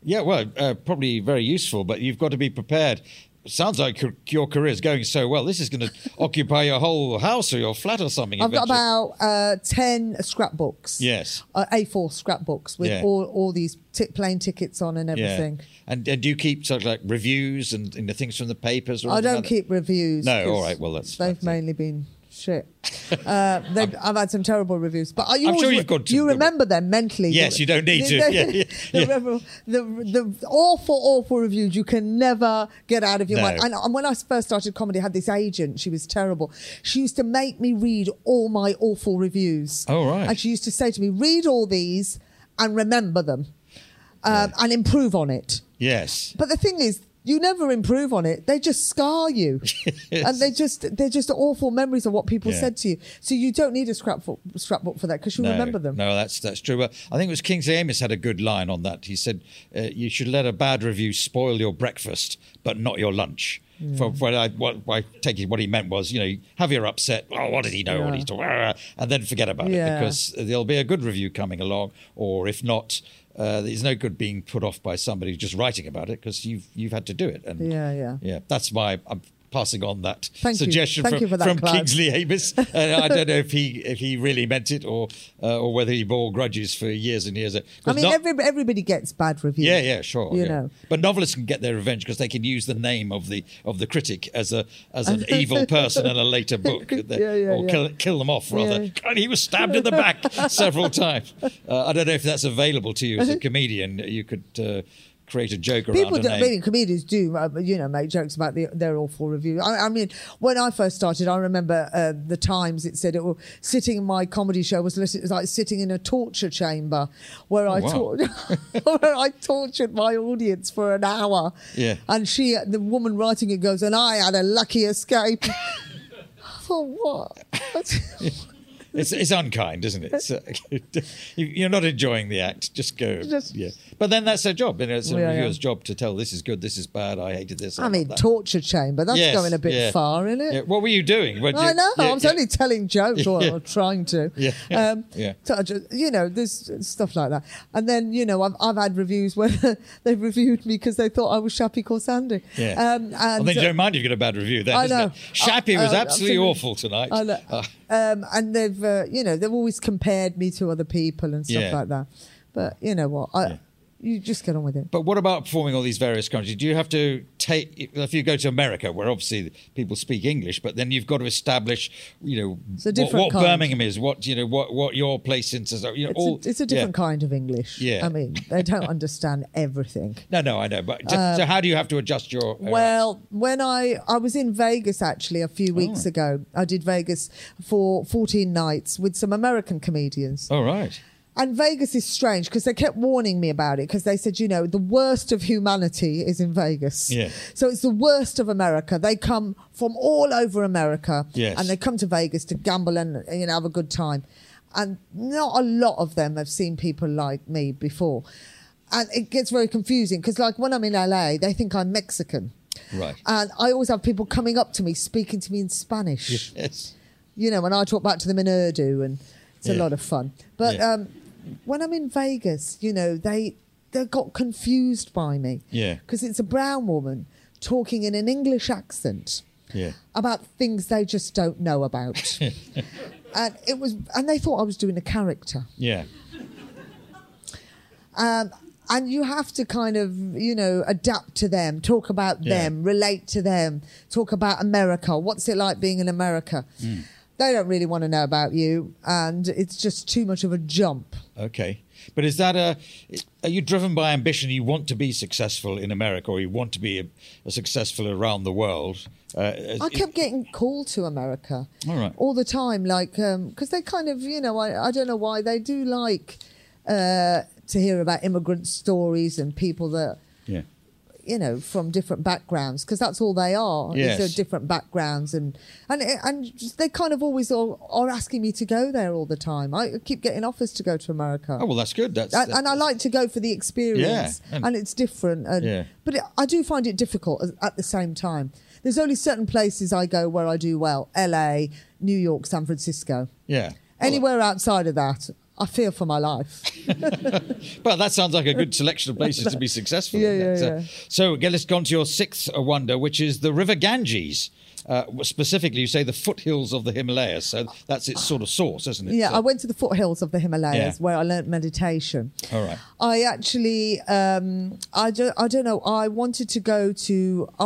Speaker 3: Yeah, well, uh, probably very useful, but you've got to be prepared. Sounds like your- your career is going so well. This is going to occupy your whole house or your flat or something.
Speaker 2: I've got
Speaker 3: eventually.
Speaker 2: about uh, ten scrapbooks.
Speaker 3: Yes.
Speaker 2: uh, A4 scrapbooks with
Speaker 3: Yeah.
Speaker 2: all all these t- plane tickets on and
Speaker 3: Yeah.
Speaker 2: everything.
Speaker 3: And, and do you keep sort of like reviews and, and the things from the papers? Or
Speaker 2: I
Speaker 3: anything
Speaker 2: don't
Speaker 3: like that?
Speaker 2: keep reviews.
Speaker 3: No,
Speaker 2: 'cause
Speaker 3: all right, well, that's-
Speaker 2: they've
Speaker 3: that's it.
Speaker 2: mainly been shit. Uh, they've, I've had some terrible reviews, but are you
Speaker 3: I'm
Speaker 2: always
Speaker 3: sure
Speaker 2: re-
Speaker 3: you've got some
Speaker 2: you
Speaker 3: good ones.
Speaker 2: remember them mentally.
Speaker 3: Yes, you don't need to. Yeah, yeah,
Speaker 2: the,
Speaker 3: yeah.
Speaker 2: remember- the the awful awful reviews you can never get out of your
Speaker 3: No.
Speaker 2: mind. And, and when I first started comedy, I had this agent. She was terrible. She used to make me read all my awful reviews.
Speaker 3: Oh, right.
Speaker 2: And she used to say to me, "Read all these and remember them, um, and improve on it."
Speaker 3: Yes.
Speaker 2: But the thing is, you never improve on it. They just scar you, and they just they're just awful memories of what people
Speaker 3: Yeah.
Speaker 2: said to you. So you don't need a scrapbook scrapbook for that because you
Speaker 3: No,
Speaker 2: remember them.
Speaker 3: No, that's that's true. But I think it was Kingsley Amis had a good line on that. He said, uh, "You should let a bad review spoil your breakfast, but not your lunch." For what I, what, what I take it, what he meant was, you know, have your upset. Oh, what did he know? What
Speaker 2: Yeah.
Speaker 3: he's talking, ah, and then forget about it
Speaker 2: Yeah.
Speaker 3: because there'll be a good review coming along, or if not. Uh, there's no good being put off by somebody just writing about it because you've you've had to do it. And
Speaker 2: Yeah, yeah.
Speaker 3: yeah. That's my. I'm passing on that
Speaker 2: Thank you.
Speaker 3: suggestion
Speaker 2: Thank
Speaker 3: from,
Speaker 2: you for that,
Speaker 3: from
Speaker 2: Clive.
Speaker 3: Kingsley. Lee Amos. And I don't know if he if he really meant it or uh, or whether he bore grudges for years and years. 'Cause
Speaker 2: I mean,
Speaker 3: no-
Speaker 2: every, everybody gets bad reviews.
Speaker 3: yeah, yeah, sure.
Speaker 2: You
Speaker 3: yeah.
Speaker 2: know,
Speaker 3: but novelists can get their revenge because they can use the name of the of the critic as a as an evil person in a later book, They-
Speaker 2: Yeah, yeah,
Speaker 3: or
Speaker 2: yeah.
Speaker 3: kill kill them off rather.
Speaker 2: Yeah.
Speaker 3: And he was stabbed in the back several times. Uh, I don't know if that's available to you as a comedian. You could. Uh, Create a joke around
Speaker 2: Uh-huh. people
Speaker 3: a
Speaker 2: do,
Speaker 3: name.
Speaker 2: really comedians do uh, you know make jokes about the, their awful review I, I mean when I first started I remember uh, the times it said it was sitting in my comedy show was, lit- it was like sitting in a torture chamber where I
Speaker 3: Oh, wow.
Speaker 2: tor- where I tortured my audience for an hour
Speaker 3: Yeah.
Speaker 2: and she the woman writing it goes and I had a lucky escape for what
Speaker 3: It's, it's unkind, isn't it? So, you- you're not enjoying the act. Just go.
Speaker 2: Just-
Speaker 3: yeah. But then that's their job. You know, it's a
Speaker 2: Yeah, yeah.
Speaker 3: reviewer's job to tell this is good, this is bad, I hated this.
Speaker 2: I
Speaker 3: love
Speaker 2: mean
Speaker 3: that.
Speaker 2: torture chamber that's
Speaker 3: Yes,
Speaker 2: going a bit
Speaker 3: yeah.
Speaker 2: far isn't it
Speaker 3: Yeah, What were you doing? What
Speaker 2: I
Speaker 3: you-
Speaker 2: know.
Speaker 3: yeah,
Speaker 2: I was
Speaker 3: yeah.
Speaker 2: only telling jokes, or,
Speaker 3: Yeah.
Speaker 2: or trying to.
Speaker 3: Yeah.
Speaker 2: Um,
Speaker 3: Yeah.
Speaker 2: so I just- you know, there's stuff like that. And then, you know, I've, I've had reviews where they've reviewed me because they thought I was Shappy Corsandi.
Speaker 3: Yeah.
Speaker 2: Um, and,
Speaker 3: well, then you don't mind if you get a bad review then,
Speaker 2: I
Speaker 3: isn't
Speaker 2: know.
Speaker 3: it? Shappy
Speaker 2: I-
Speaker 3: was
Speaker 2: I-
Speaker 3: absolutely
Speaker 2: absolutely.
Speaker 3: awful tonight.
Speaker 2: I know.
Speaker 3: Uh,
Speaker 2: um, and they've, uh, you know, they've always compared me to other people and stuff
Speaker 3: Yeah.
Speaker 2: like that. But you know what? I, You just get on with it.
Speaker 3: But what about performing all these various countries? Do you have to take if you go to America, where obviously people speak English, but then you've got to establish, you know,
Speaker 2: a
Speaker 3: what,
Speaker 2: different
Speaker 3: what
Speaker 2: kind.
Speaker 3: Birmingham is, what you know, what what your place in society, you know,
Speaker 2: It's,
Speaker 3: all
Speaker 2: a, it's a
Speaker 3: yeah.
Speaker 2: different kind of English.
Speaker 3: Yeah.
Speaker 2: I mean, they don't understand everything.
Speaker 3: No, no, I know. But t- so, how do you have to adjust your?
Speaker 2: Um,
Speaker 3: uh,
Speaker 2: Well, when I I was in Vegas actually a few weeks ago, I did Vegas for 14 nights with some American comedians.
Speaker 3: all Oh, right.
Speaker 2: And Vegas is strange because they kept warning me about it because they said, you know, the worst of humanity is in Vegas.
Speaker 3: Yeah.
Speaker 2: So it's the worst of America. They come from all over America
Speaker 3: Yes.
Speaker 2: and they come to Vegas to gamble and you know have a good time. And not a lot of them have seen people like me before. And it gets very confusing because like when I'm in LA, they think I'm Mexican.
Speaker 3: Right.
Speaker 2: And I always have people coming up to me speaking to me in Spanish
Speaker 3: Yes.
Speaker 2: you know, and I talk back to them in Urdu, and it's a
Speaker 3: Yeah.
Speaker 2: lot of fun. But
Speaker 3: Yeah.
Speaker 2: um, when I'm in Vegas, you know, they they got confused by me,
Speaker 3: Yeah.
Speaker 2: because it's a brown woman talking in an English accent,
Speaker 3: Yeah.
Speaker 2: about things they just don't know about, and it was, and they thought I was doing a character.
Speaker 3: Yeah.
Speaker 2: and you have to kind of you know adapt to them talk about
Speaker 3: Yeah.
Speaker 2: them relate to them talk about america what's it like being in america
Speaker 3: Mm.
Speaker 2: they don't really want to know about you and it's just too much of a jump
Speaker 3: Okay. But is that a? Are you driven by ambition? You want to be successful in America, or you want to be a, a successful around the world? Uh,
Speaker 2: I kept getting called to America
Speaker 3: All right.
Speaker 2: all the time, like because they kind of, you know, I, I don't know why they do like uh, to hear about immigrant stories and people that
Speaker 3: Yeah.
Speaker 2: you know from different backgrounds because that's all they are is
Speaker 3: Yes.
Speaker 2: they're different backgrounds and and and just- they kind of always are, are asking me to go there all the time i keep getting offers to go to america
Speaker 3: Oh well, that's good. That's,
Speaker 2: and, and I like to go for the experience,
Speaker 3: Yeah, and-
Speaker 2: and, it's different. And
Speaker 3: Yeah.
Speaker 2: but it, I do find it difficult at- at the same time. There's only certain places I go where I do well: L.A., New York, San Francisco.
Speaker 3: yeah.
Speaker 2: Anywhere outside of that, I fear for my life.
Speaker 3: But that sounds like a good selection of places to be successful. in
Speaker 2: Yeah,
Speaker 3: that.
Speaker 2: yeah, yeah.
Speaker 3: So, again, let's go on to your sixth wonder, which is the River Ganges. Uh, specifically, you say the foothills of the Himalayas. So that's its sort of source, isn't it?
Speaker 2: Yeah,
Speaker 3: So-
Speaker 2: I went to the foothills of the Himalayas
Speaker 3: Yeah.
Speaker 2: where I learnt meditation.
Speaker 3: All right.
Speaker 2: I actually, um, I don't, I don't know. I wanted to go to,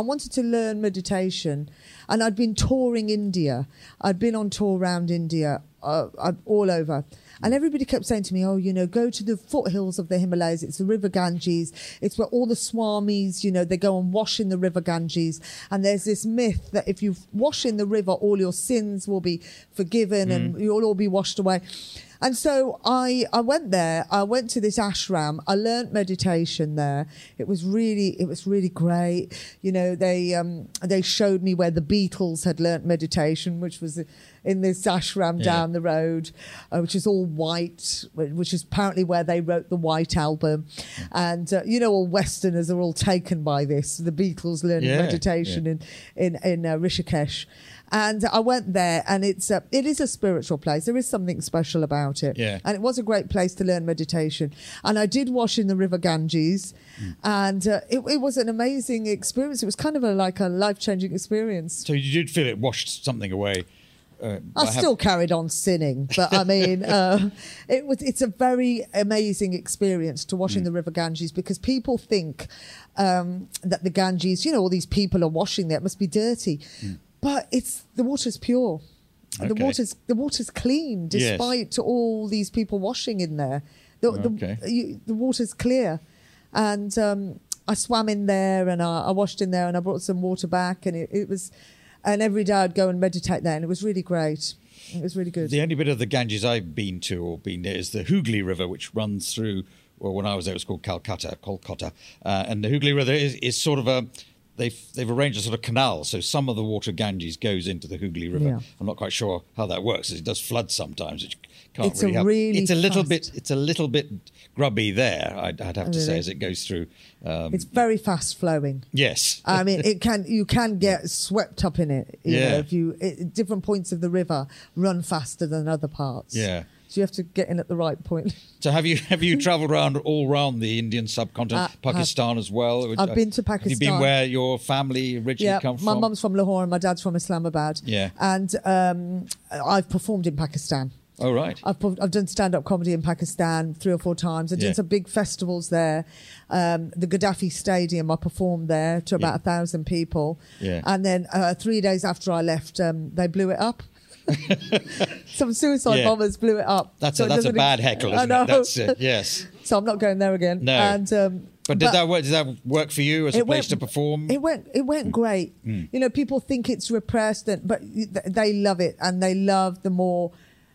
Speaker 2: I wanted to learn meditation, and I'd been touring India. I'd been on tour around India, uh, uh, all over, and everybody kept saying to me, "Oh, you know, go to the foothills of the Himalayas. It's the River Ganges. It's where all the swamis, you know, they go and wash in the River Ganges. And there's this myth that if you wash in the river, all your sins will be forgiven, and you'll all be washed away." And so I, I went there. I went to this ashram. I learnt meditation there. It was really, it was really great. You know, they um, they showed me where the Beatles had learnt meditation, which was in this ashram down the road, uh, which is all white, wh- which is apparently where they wrote the White Album. And uh, you know, all Westerners are all taken by this. The Beatles learning
Speaker 3: Yeah,
Speaker 2: meditation
Speaker 3: yeah.
Speaker 2: in in in uh, Rishikesh. And I went there, and it's a, it is a spiritual place. There is something special about it,
Speaker 3: Yeah.
Speaker 2: and it was a great place to learn meditation. And I did wash in the River Ganges,
Speaker 3: Mm.
Speaker 2: and uh, it, it was an amazing experience. It was kind of a, like a life changing experience.
Speaker 3: So you did feel it washed something away. Uh,
Speaker 2: I
Speaker 3: by
Speaker 2: still carried on sinning, but I mean, uh, it was. It's a very amazing experience to
Speaker 3: Hmm.
Speaker 2: wash in the River Ganges because people think um, that the Ganges, you know, all these people are washing there; it must be dirty, but it's the water's pure. The
Speaker 3: Hmm. Okay.
Speaker 2: water's the water's clean,
Speaker 3: Yes.
Speaker 2: despite all these people washing in there. The, the,
Speaker 3: Okay.
Speaker 2: you, the water's clear, and um, I swam in there and I, I washed in there and I brought some water back and it, it was, and every day I'd go and meditate there and it was really great. It was really good.
Speaker 3: The only bit of the Ganges I've been to or been near is the Hooghly River, which runs through. Well, when I was there, it was called Calcutta, Kolkata, uh, and the Hooghly River is, is sort of a. They've they've arranged a sort of canal, so some of the water Ganges goes into the Hooghly River.
Speaker 2: Yeah.
Speaker 3: I'm not quite sure how that works. It does flood sometimes, which can't
Speaker 2: It's a
Speaker 3: really help.
Speaker 2: really
Speaker 3: it's a little
Speaker 2: fast-
Speaker 3: bit it's a little bit grubby there. I'd, I'd have to say
Speaker 2: Really?
Speaker 3: as it goes through. Um,
Speaker 2: It's very fast flowing.
Speaker 3: yes.
Speaker 2: I mean, it can you can get swept up in it. You
Speaker 3: Yeah.
Speaker 2: know, if you it, different points of the river run faster than other parts.
Speaker 3: Yeah.
Speaker 2: So you have to get in at the right point.
Speaker 3: So have you have you travelled around all round the Indian subcontinent,
Speaker 2: Uh,
Speaker 3: Pakistan as well? uh,
Speaker 2: I've been to
Speaker 3: Have you been
Speaker 2: Pakistan.
Speaker 3: where your family originally
Speaker 2: yeah,
Speaker 3: come from?
Speaker 2: my mum's from Lahore and my dad's from Islamabad.
Speaker 3: Yeah.
Speaker 2: And um, I've performed in Pakistan.
Speaker 3: Oh right.
Speaker 2: I've, perf- I've done stand up comedy in Pakistan three or four times. I've
Speaker 3: Yeah.
Speaker 2: done some big festivals there. Um, the Gaddafi Stadium, I performed there to about a thousand people.
Speaker 3: Yeah.
Speaker 2: And then uh, three days after I left, um, they blew it up. some suicide
Speaker 3: Yeah.
Speaker 2: bombers blew it up.
Speaker 3: That's
Speaker 2: So
Speaker 3: a,
Speaker 2: it
Speaker 3: that's a
Speaker 2: doesn't
Speaker 3: bad
Speaker 2: ex-
Speaker 3: heckle,
Speaker 2: I
Speaker 3: isn't
Speaker 2: know.
Speaker 3: it? That's it. Yes.
Speaker 2: So I'm not going there again.
Speaker 3: No.
Speaker 2: And, um,
Speaker 3: But did that work? Did that work for you as a
Speaker 2: it
Speaker 3: place
Speaker 2: went-
Speaker 3: to perform? Hmm.
Speaker 2: It went. It went great. You know, people think it's repressed, and, but th- they love it, and they love the more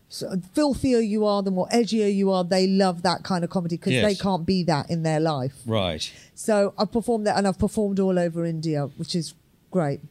Speaker 2: so, filthier you are, the more edgier you are. They love that kind of comedy because
Speaker 3: Yes.
Speaker 2: they can't be that in their life.
Speaker 3: right.
Speaker 2: So I've performed that, and I've performed all over India, which is great.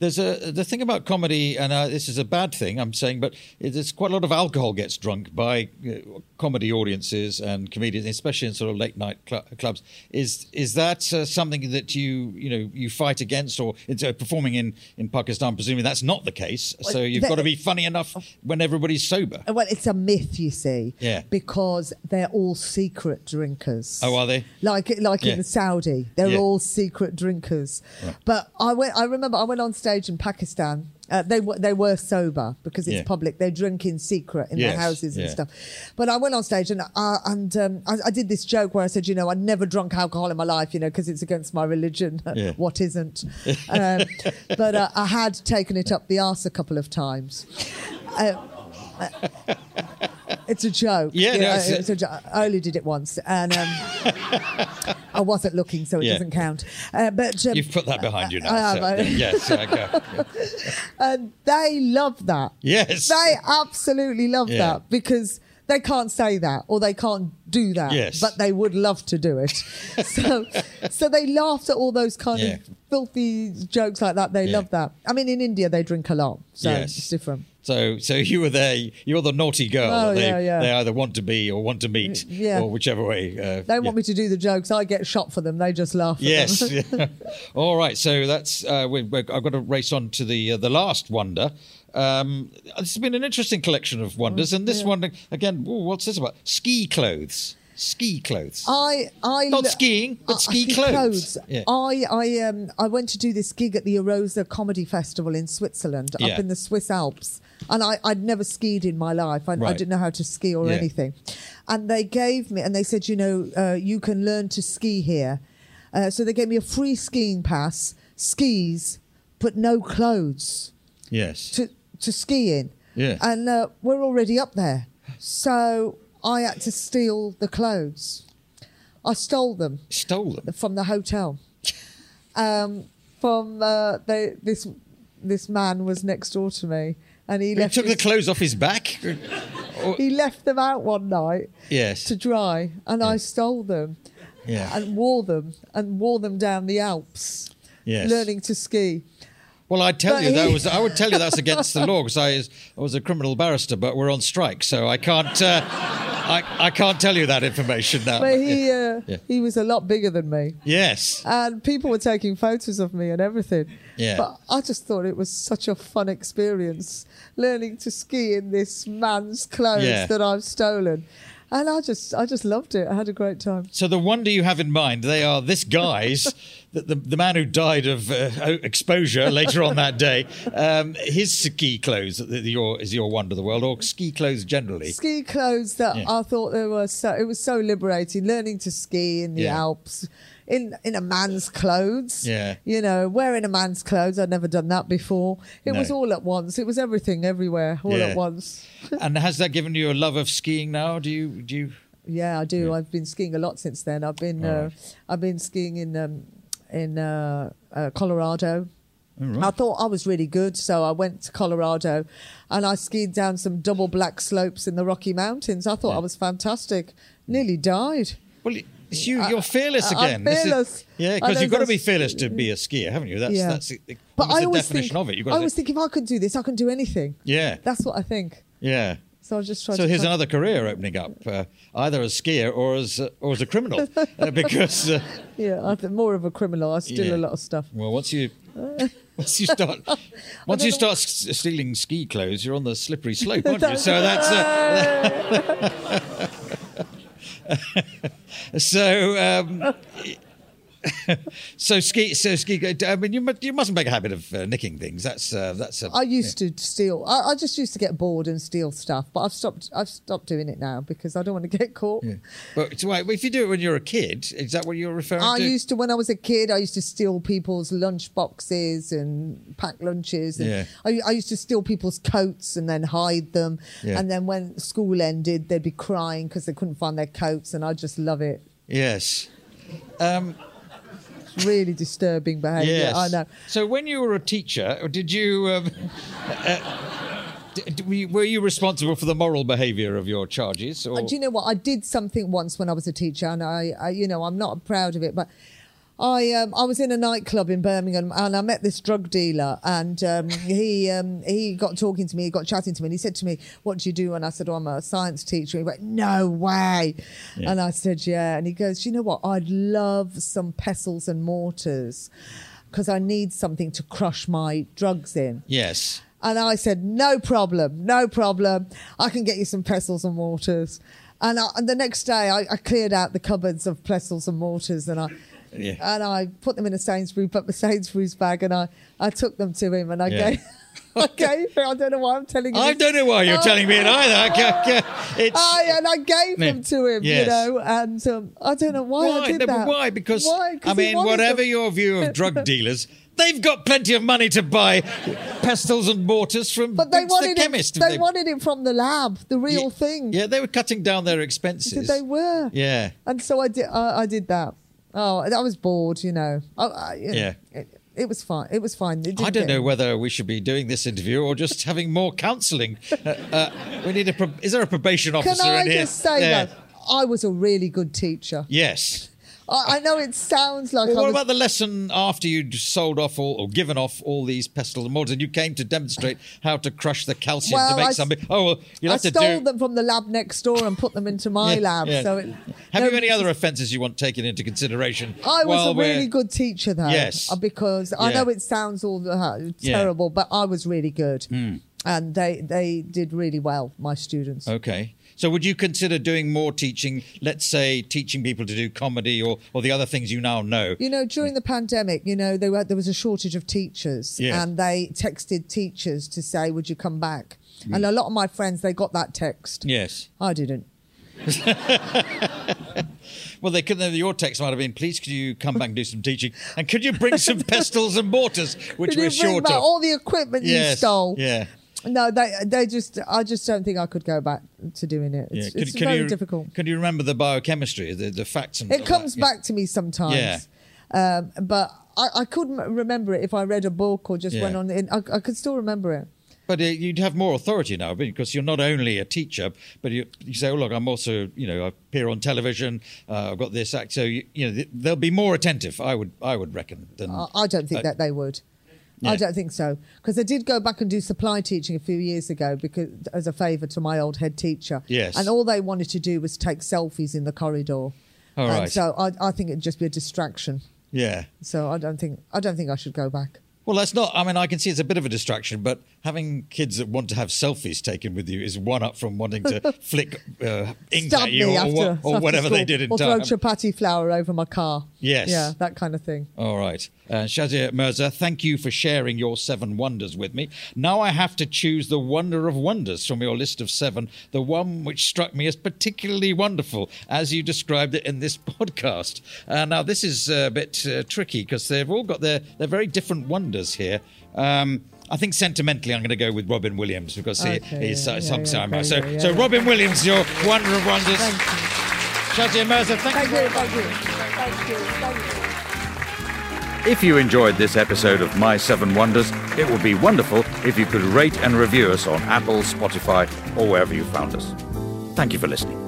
Speaker 3: There's a the thing about comedy, and uh, this is a bad thing I'm saying, but there's quite a lot of alcohol gets drunk by uh, comedy audiences and comedians, especially in sort of late night cl- clubs. Is is that uh, something that you you know you fight against, or it's, uh, performing in in Pakistan? Presumably that's not the case. So you've
Speaker 2: that-
Speaker 3: got to be funny enough when everybody's sober.
Speaker 2: Uh, Well, it's a myth, you see.
Speaker 3: Yeah.
Speaker 2: Because they're all secret drinkers.
Speaker 3: Oh, are they?
Speaker 2: Like like
Speaker 3: Yeah.
Speaker 2: in Saudi, they're
Speaker 3: Yeah.
Speaker 2: all secret drinkers. But I went. I remember I went on stage in Pakistan. Uh, they were they were sober because it's
Speaker 3: Yeah.
Speaker 2: public. They drink in secret in
Speaker 3: Yes,
Speaker 2: their houses and
Speaker 3: yeah.
Speaker 2: stuff. But I went on stage and uh, and um, I, I did this joke where I said, you know, I never drunk alcohol in my life, you know, because it's against my religion.
Speaker 3: Yeah.
Speaker 2: what isn't? um, but uh, I had taken it up the arse a couple of times. Uh, it's a joke.
Speaker 3: Yeah, no, it's a-
Speaker 2: it's a jo- I only did it once, and um, I wasn't looking, so it
Speaker 3: Yeah.
Speaker 2: doesn't count. Uh, but um,
Speaker 3: You've put that behind you now.
Speaker 2: I have,
Speaker 3: so,
Speaker 2: I-
Speaker 3: yes. okay.
Speaker 2: and they love that.
Speaker 3: Yes.
Speaker 2: they absolutely love
Speaker 3: Yeah.
Speaker 2: that because They can't say that or they can't do that,
Speaker 3: Yes.
Speaker 2: but they would love to do it. so, so they laughed at all those kind
Speaker 3: Yeah.
Speaker 2: of filthy jokes like that. They
Speaker 3: Yeah.
Speaker 2: love that. I mean, in India, they drink a lot, so
Speaker 3: Yes.
Speaker 2: it's different.
Speaker 3: So, so you were there. You're the naughty girl.
Speaker 2: Oh,
Speaker 3: that they,
Speaker 2: yeah, yeah.
Speaker 3: they either want to be or want to meet,
Speaker 2: Yeah.
Speaker 3: or whichever way. Uh,
Speaker 2: They want me to do the jokes. I get shot for them. They just laugh. At
Speaker 3: Yes.
Speaker 2: Them.
Speaker 3: All right. So that's uh, we we I've got to race on to the uh, the last wonder. Um, this has been an interesting collection of wonders,
Speaker 2: Oh,
Speaker 3: and this one again. ooh, what's this about? Ski clothes. Ski clothes.
Speaker 2: I, I
Speaker 3: Not
Speaker 2: lo-
Speaker 3: skiing, but
Speaker 2: I- I
Speaker 3: ski
Speaker 2: think
Speaker 3: clothes. Yeah.
Speaker 2: I, I, um, I went to do this gig at the Erosa Comedy Festival in Switzerland,
Speaker 3: Yeah.
Speaker 2: up in the Swiss Alps, and I, I'd never skied in my life. I, I
Speaker 3: Right.
Speaker 2: didn't know how to ski or
Speaker 3: Yeah.
Speaker 2: anything, and they gave me, and they said, you know, uh, you can learn to ski here. Uh, so they gave me a free skiing pass, skis, but no clothes
Speaker 3: yes.
Speaker 2: to, to skiing.
Speaker 3: Yeah.
Speaker 2: And uh, we're already up there. So I had to steal the clothes. I stole them
Speaker 3: Stole them.
Speaker 2: from the hotel. Um, from uh, they, this this man was next door to me, and he
Speaker 3: He
Speaker 2: left
Speaker 3: took the
Speaker 2: his-
Speaker 3: clothes off his back. Or-
Speaker 2: he left them out one night
Speaker 3: yes.
Speaker 2: to dry, and I stole them
Speaker 3: Yeah.
Speaker 2: and wore them and wore them down the Alps,
Speaker 3: Yes.
Speaker 2: learning to ski.
Speaker 3: Well, I tell
Speaker 2: But
Speaker 3: you, that
Speaker 2: he-
Speaker 3: was I would tell you that's against the law because I, is- I was a criminal barrister, but we're on strike, so I can't uh, I, I can't tell you that information now.
Speaker 2: But he uh,
Speaker 3: Yeah.
Speaker 2: he was a lot bigger than me.
Speaker 3: yes,
Speaker 2: and people were taking photos of me and everything.
Speaker 3: Yeah.
Speaker 2: But I just thought it was such a fun experience learning to ski in this man's clothes
Speaker 3: Yeah.
Speaker 2: that I've stolen. And I just I just loved it. I had a great time.
Speaker 3: So the wonder you have in mind, they are this guy's, the, the, the man who died of uh, exposure later on that day. Um, his ski clothes that your, is your wonder of the world, or ski clothes generally.
Speaker 2: Ski clothes that
Speaker 3: Yeah.
Speaker 2: I thought they were so it was so liberating learning to ski in the
Speaker 3: Yeah.
Speaker 2: Alps in in a man's clothes.
Speaker 3: Yeah.
Speaker 2: You know, wearing a man's clothes. I'd never done that before. It
Speaker 3: No.
Speaker 2: was all at once. It was everything everywhere all
Speaker 3: Yeah.
Speaker 2: at once.
Speaker 3: And has that given you a love of skiing now? Do you do you?
Speaker 2: Yeah, I do. I've been skiing a lot since then. I've been uh, I've been skiing in um, in uh, uh, Colorado. I thought I was really good, so I went to Colorado, and I skied down some double black slopes in the Rocky Mountains. I thought I was fantastic. Nearly died.
Speaker 3: Well, it's you. You're fearless
Speaker 2: I- I'm
Speaker 3: again. This is-
Speaker 2: fearless.
Speaker 3: yeah,
Speaker 2: I
Speaker 3: because
Speaker 2: know
Speaker 3: you've got to be
Speaker 2: that's-
Speaker 3: fearless to be a skier, haven't you? That's
Speaker 2: yeah,
Speaker 3: that's the, the, almost the definition
Speaker 2: think,
Speaker 3: of it. You've got
Speaker 2: I
Speaker 3: to
Speaker 2: always think if I could do this, I can do anything.
Speaker 3: Yeah.
Speaker 2: that's what I think.
Speaker 3: yeah.
Speaker 2: So I just tried.
Speaker 3: So
Speaker 2: to
Speaker 3: here's
Speaker 2: find-
Speaker 3: another career opening up, uh, either as skier or as uh, or as a criminal, uh, because. Uh,
Speaker 2: Yeah, I think more of a criminal. I steal
Speaker 3: Yeah.
Speaker 2: a lot of stuff.
Speaker 3: Well, once you
Speaker 2: Uh.
Speaker 3: once you start once you start s- stealing ski clothes, you're on the slippery slope, aren't you? So that's uh, so um, so ski so ski. I mean, you mu- you mustn't make a habit of uh, nicking things. That's uh, that's a
Speaker 2: I used to steal. I, I just used to get bored and steal stuff, but I've stopped. I've stopped doing it now because I don't want to get caught.
Speaker 3: But it's right, if you do it when you're a kid, is that what you're referring
Speaker 2: I
Speaker 3: to?
Speaker 2: used to when I was a kid. I used to steal people's lunch boxes and pack lunches. And
Speaker 3: Yeah.
Speaker 2: I, I used to steal people's coats and then hide them.
Speaker 3: Yeah.
Speaker 2: And then when school ended, they'd be crying because they couldn't find their coats. And I just love it.
Speaker 3: yes.
Speaker 2: It's really disturbing behaviour.
Speaker 3: Yes,
Speaker 2: I know.
Speaker 3: So when you were a teacher, did you um, uh, d- d- were you- were you responsible for the moral behaviour of your charges? Or?
Speaker 2: Uh, Do you know what? I did something once when I was a teacher, and I, I you know, I'm not proud of it, but I, um, I was in a nightclub in Birmingham, and I met this drug dealer, and um, he, um, he got talking to me, he got chatting to me, and he said to me, "What do you do?" And I said, "Oh, I'm a science teacher." He went, "No way," and I said, "Yeah," and he goes, "Do "You know what? I'd love some pestles and mortars." Because I need something to crush my drugs in.
Speaker 3: yes.
Speaker 2: And I said, no problem, no problem. I can get you some pestles and mortars. And, I, and the next day, I, I cleared out the cupboards of pestles and mortars, and I
Speaker 3: Yeah.
Speaker 2: and I put them in a Sainsbury's, but the Sainsbury's bag, and I, I took them to him, and I
Speaker 3: Yeah.
Speaker 2: gave. I gave him. I don't know why I'm telling you.
Speaker 3: I
Speaker 2: this.
Speaker 3: don't know why you're
Speaker 2: Oh.
Speaker 3: telling me it either. I ca- ca- It's
Speaker 2: I, and I gave
Speaker 3: Yeah.
Speaker 2: them to him,
Speaker 3: Yes.
Speaker 2: you know, and um, I don't know why, I
Speaker 3: why?
Speaker 2: did
Speaker 3: No, but
Speaker 2: that.
Speaker 3: why? Because
Speaker 2: Why? 'Cause
Speaker 3: I
Speaker 2: he
Speaker 3: mean,
Speaker 2: wanted
Speaker 3: whatever
Speaker 2: them.
Speaker 3: your view of drug dealers. They've got plenty of money to buy pestils and mortars from
Speaker 2: But they
Speaker 3: Biggs
Speaker 2: wanted
Speaker 3: the chemist.
Speaker 2: it. They, wanted it from the lab, the real
Speaker 3: Yeah,
Speaker 2: thing.
Speaker 3: Yeah, they were cutting down their expenses.
Speaker 2: They were.
Speaker 3: Yeah.
Speaker 2: And so I did. I, I did that. Oh, I was bored, you know. I, I,
Speaker 3: Yeah.
Speaker 2: It, It was fine. It was fine. It didn't
Speaker 3: I don't
Speaker 2: get-
Speaker 3: know whether we should be doing this interview or just having more counselling. Uh, uh, we need a. Pro- is there a probation officer
Speaker 2: Can I
Speaker 3: in here?
Speaker 2: just say
Speaker 3: Yeah.
Speaker 2: though, I was a really good teacher.
Speaker 3: Yes.
Speaker 2: I, I know it sounds like
Speaker 3: Well,
Speaker 2: I
Speaker 3: what
Speaker 2: was,
Speaker 3: about the lesson after you'd sold off all or given off all these pestles and mortars, and you came to demonstrate how to crush the calcium
Speaker 2: Well,
Speaker 3: to make
Speaker 2: I s-
Speaker 3: something? Oh well, you'll
Speaker 2: I
Speaker 3: have to
Speaker 2: stole
Speaker 3: do.
Speaker 2: them from the lab next door and put them into my
Speaker 3: Yeah,
Speaker 2: lab.
Speaker 3: yeah.
Speaker 2: So it,
Speaker 3: Have
Speaker 2: no,
Speaker 3: you any other offences you want taken into consideration?
Speaker 2: I was
Speaker 3: while
Speaker 2: a really
Speaker 3: we're-
Speaker 2: good teacher, though.
Speaker 3: Yes.
Speaker 2: uh, Because I
Speaker 3: Yeah.
Speaker 2: know it sounds all uh,
Speaker 3: Yeah. Hmm.
Speaker 2: terrible, but I was really good, and they they did really well. My students.
Speaker 3: Okay. So would you consider doing more teaching? Let's say teaching people to do comedy or, or the other things you now know.
Speaker 2: You know, during the pandemic, you know, they were, there was a shortage of teachers,
Speaker 3: Yeah.
Speaker 2: and they texted teachers to say, "Would you come back?"
Speaker 3: Mm.
Speaker 2: And a lot of my friends, they got that text.
Speaker 3: Yes.
Speaker 2: I didn't.
Speaker 3: Well, they couldn't. Your text might have been, "Please, could you come back and do some teaching? And could you bring some pestles and mortars, which
Speaker 2: Could
Speaker 3: we're
Speaker 2: you bring
Speaker 3: short
Speaker 2: back
Speaker 3: of?"
Speaker 2: all the equipment you
Speaker 3: Yes.
Speaker 2: stole?
Speaker 3: Yeah.
Speaker 2: No, they they just I just don't think I could go back to doing it. It's,
Speaker 3: yeah.
Speaker 2: it's very
Speaker 3: you,
Speaker 2: difficult.
Speaker 3: Can you remember the biochemistry, the, the facts and
Speaker 2: It
Speaker 3: all that?
Speaker 2: comes
Speaker 3: Yeah.
Speaker 2: back to me sometimes.
Speaker 3: Yeah.
Speaker 2: Um, but I, I couldn't remember it if I read a book or just
Speaker 3: Yeah.
Speaker 2: went on. In, I, I could still remember it.
Speaker 3: But uh, you'd have more authority now because you're not only a teacher, but you, you say, "Oh look, I'm also you know I appear on television. Uh, I've got this act." So you, you know th- they'll be more attentive. I would I would reckon than
Speaker 2: Uh, I, I don't think that they would. I
Speaker 3: Uh, Yeah.
Speaker 2: don't think so because I did go back and do supply teaching a few years ago because as a favour to my old head teacher.
Speaker 3: Yes.
Speaker 2: And all they wanted to do was take selfies in the corridor. and
Speaker 3: right.
Speaker 2: So I, I think it'd just be a distraction.
Speaker 3: yeah.
Speaker 2: So I don't think I don't think I should go back.
Speaker 3: Well, that's not. I mean, I can see it's a bit of a distraction, but having kids that want to have selfies taken with you is one up from wanting to flick uh, ink
Speaker 2: Stab
Speaker 3: at you
Speaker 2: me
Speaker 3: or,
Speaker 2: after,
Speaker 3: what-
Speaker 2: after
Speaker 3: or whatever they
Speaker 2: school,
Speaker 3: did in
Speaker 2: or
Speaker 3: time.
Speaker 2: throw chapati flour over my car.
Speaker 3: Yes.
Speaker 2: Yeah, that kind of thing.
Speaker 3: All right. Uh, Shazia Mirza, thank you for sharing your seven wonders with me. Now I have to choose the wonder of wonders from your list of seven, the one which struck me as particularly wonderful, as you described it in this podcast. Uh, now, this is a bit uh, tricky because they've all got their, their very different wonders here. Um, I think sentimentally, I'm going to go with Robin Williams because he,
Speaker 2: Okay,
Speaker 3: he's
Speaker 2: yeah,
Speaker 3: uh,
Speaker 2: yeah,
Speaker 3: some
Speaker 2: yeah,
Speaker 3: time.
Speaker 2: great,
Speaker 3: So,
Speaker 2: yeah,
Speaker 3: so
Speaker 2: yeah.
Speaker 3: Robin Williams, your wonder of wonders. Shazia Mirza, thank,
Speaker 2: Thank
Speaker 3: you. very
Speaker 2: you,
Speaker 3: much.
Speaker 2: thank you, thank you, thank you.
Speaker 1: If you enjoyed this episode of My Seven Wonders, it would be wonderful if you could rate and review us on Apple, Spotify, or wherever you found us. Thank you for listening.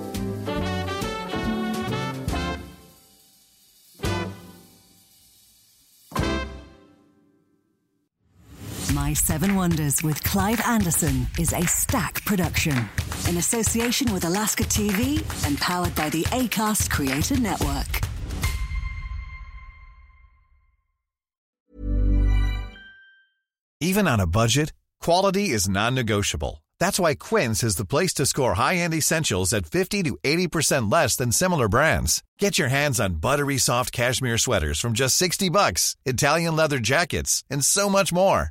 Speaker 4: My Seven Wonders with Clive Anderson is a stack production in association with Alaska TV and powered by the ACAST Creator Network.
Speaker 5: Even on a budget, quality is non-negotiable. That's why Quince is the place to score high-end essentials at 50 to 80% less than similar brands. Get your hands on buttery soft cashmere sweaters from just 60 bucks, Italian leather jackets, and so much more.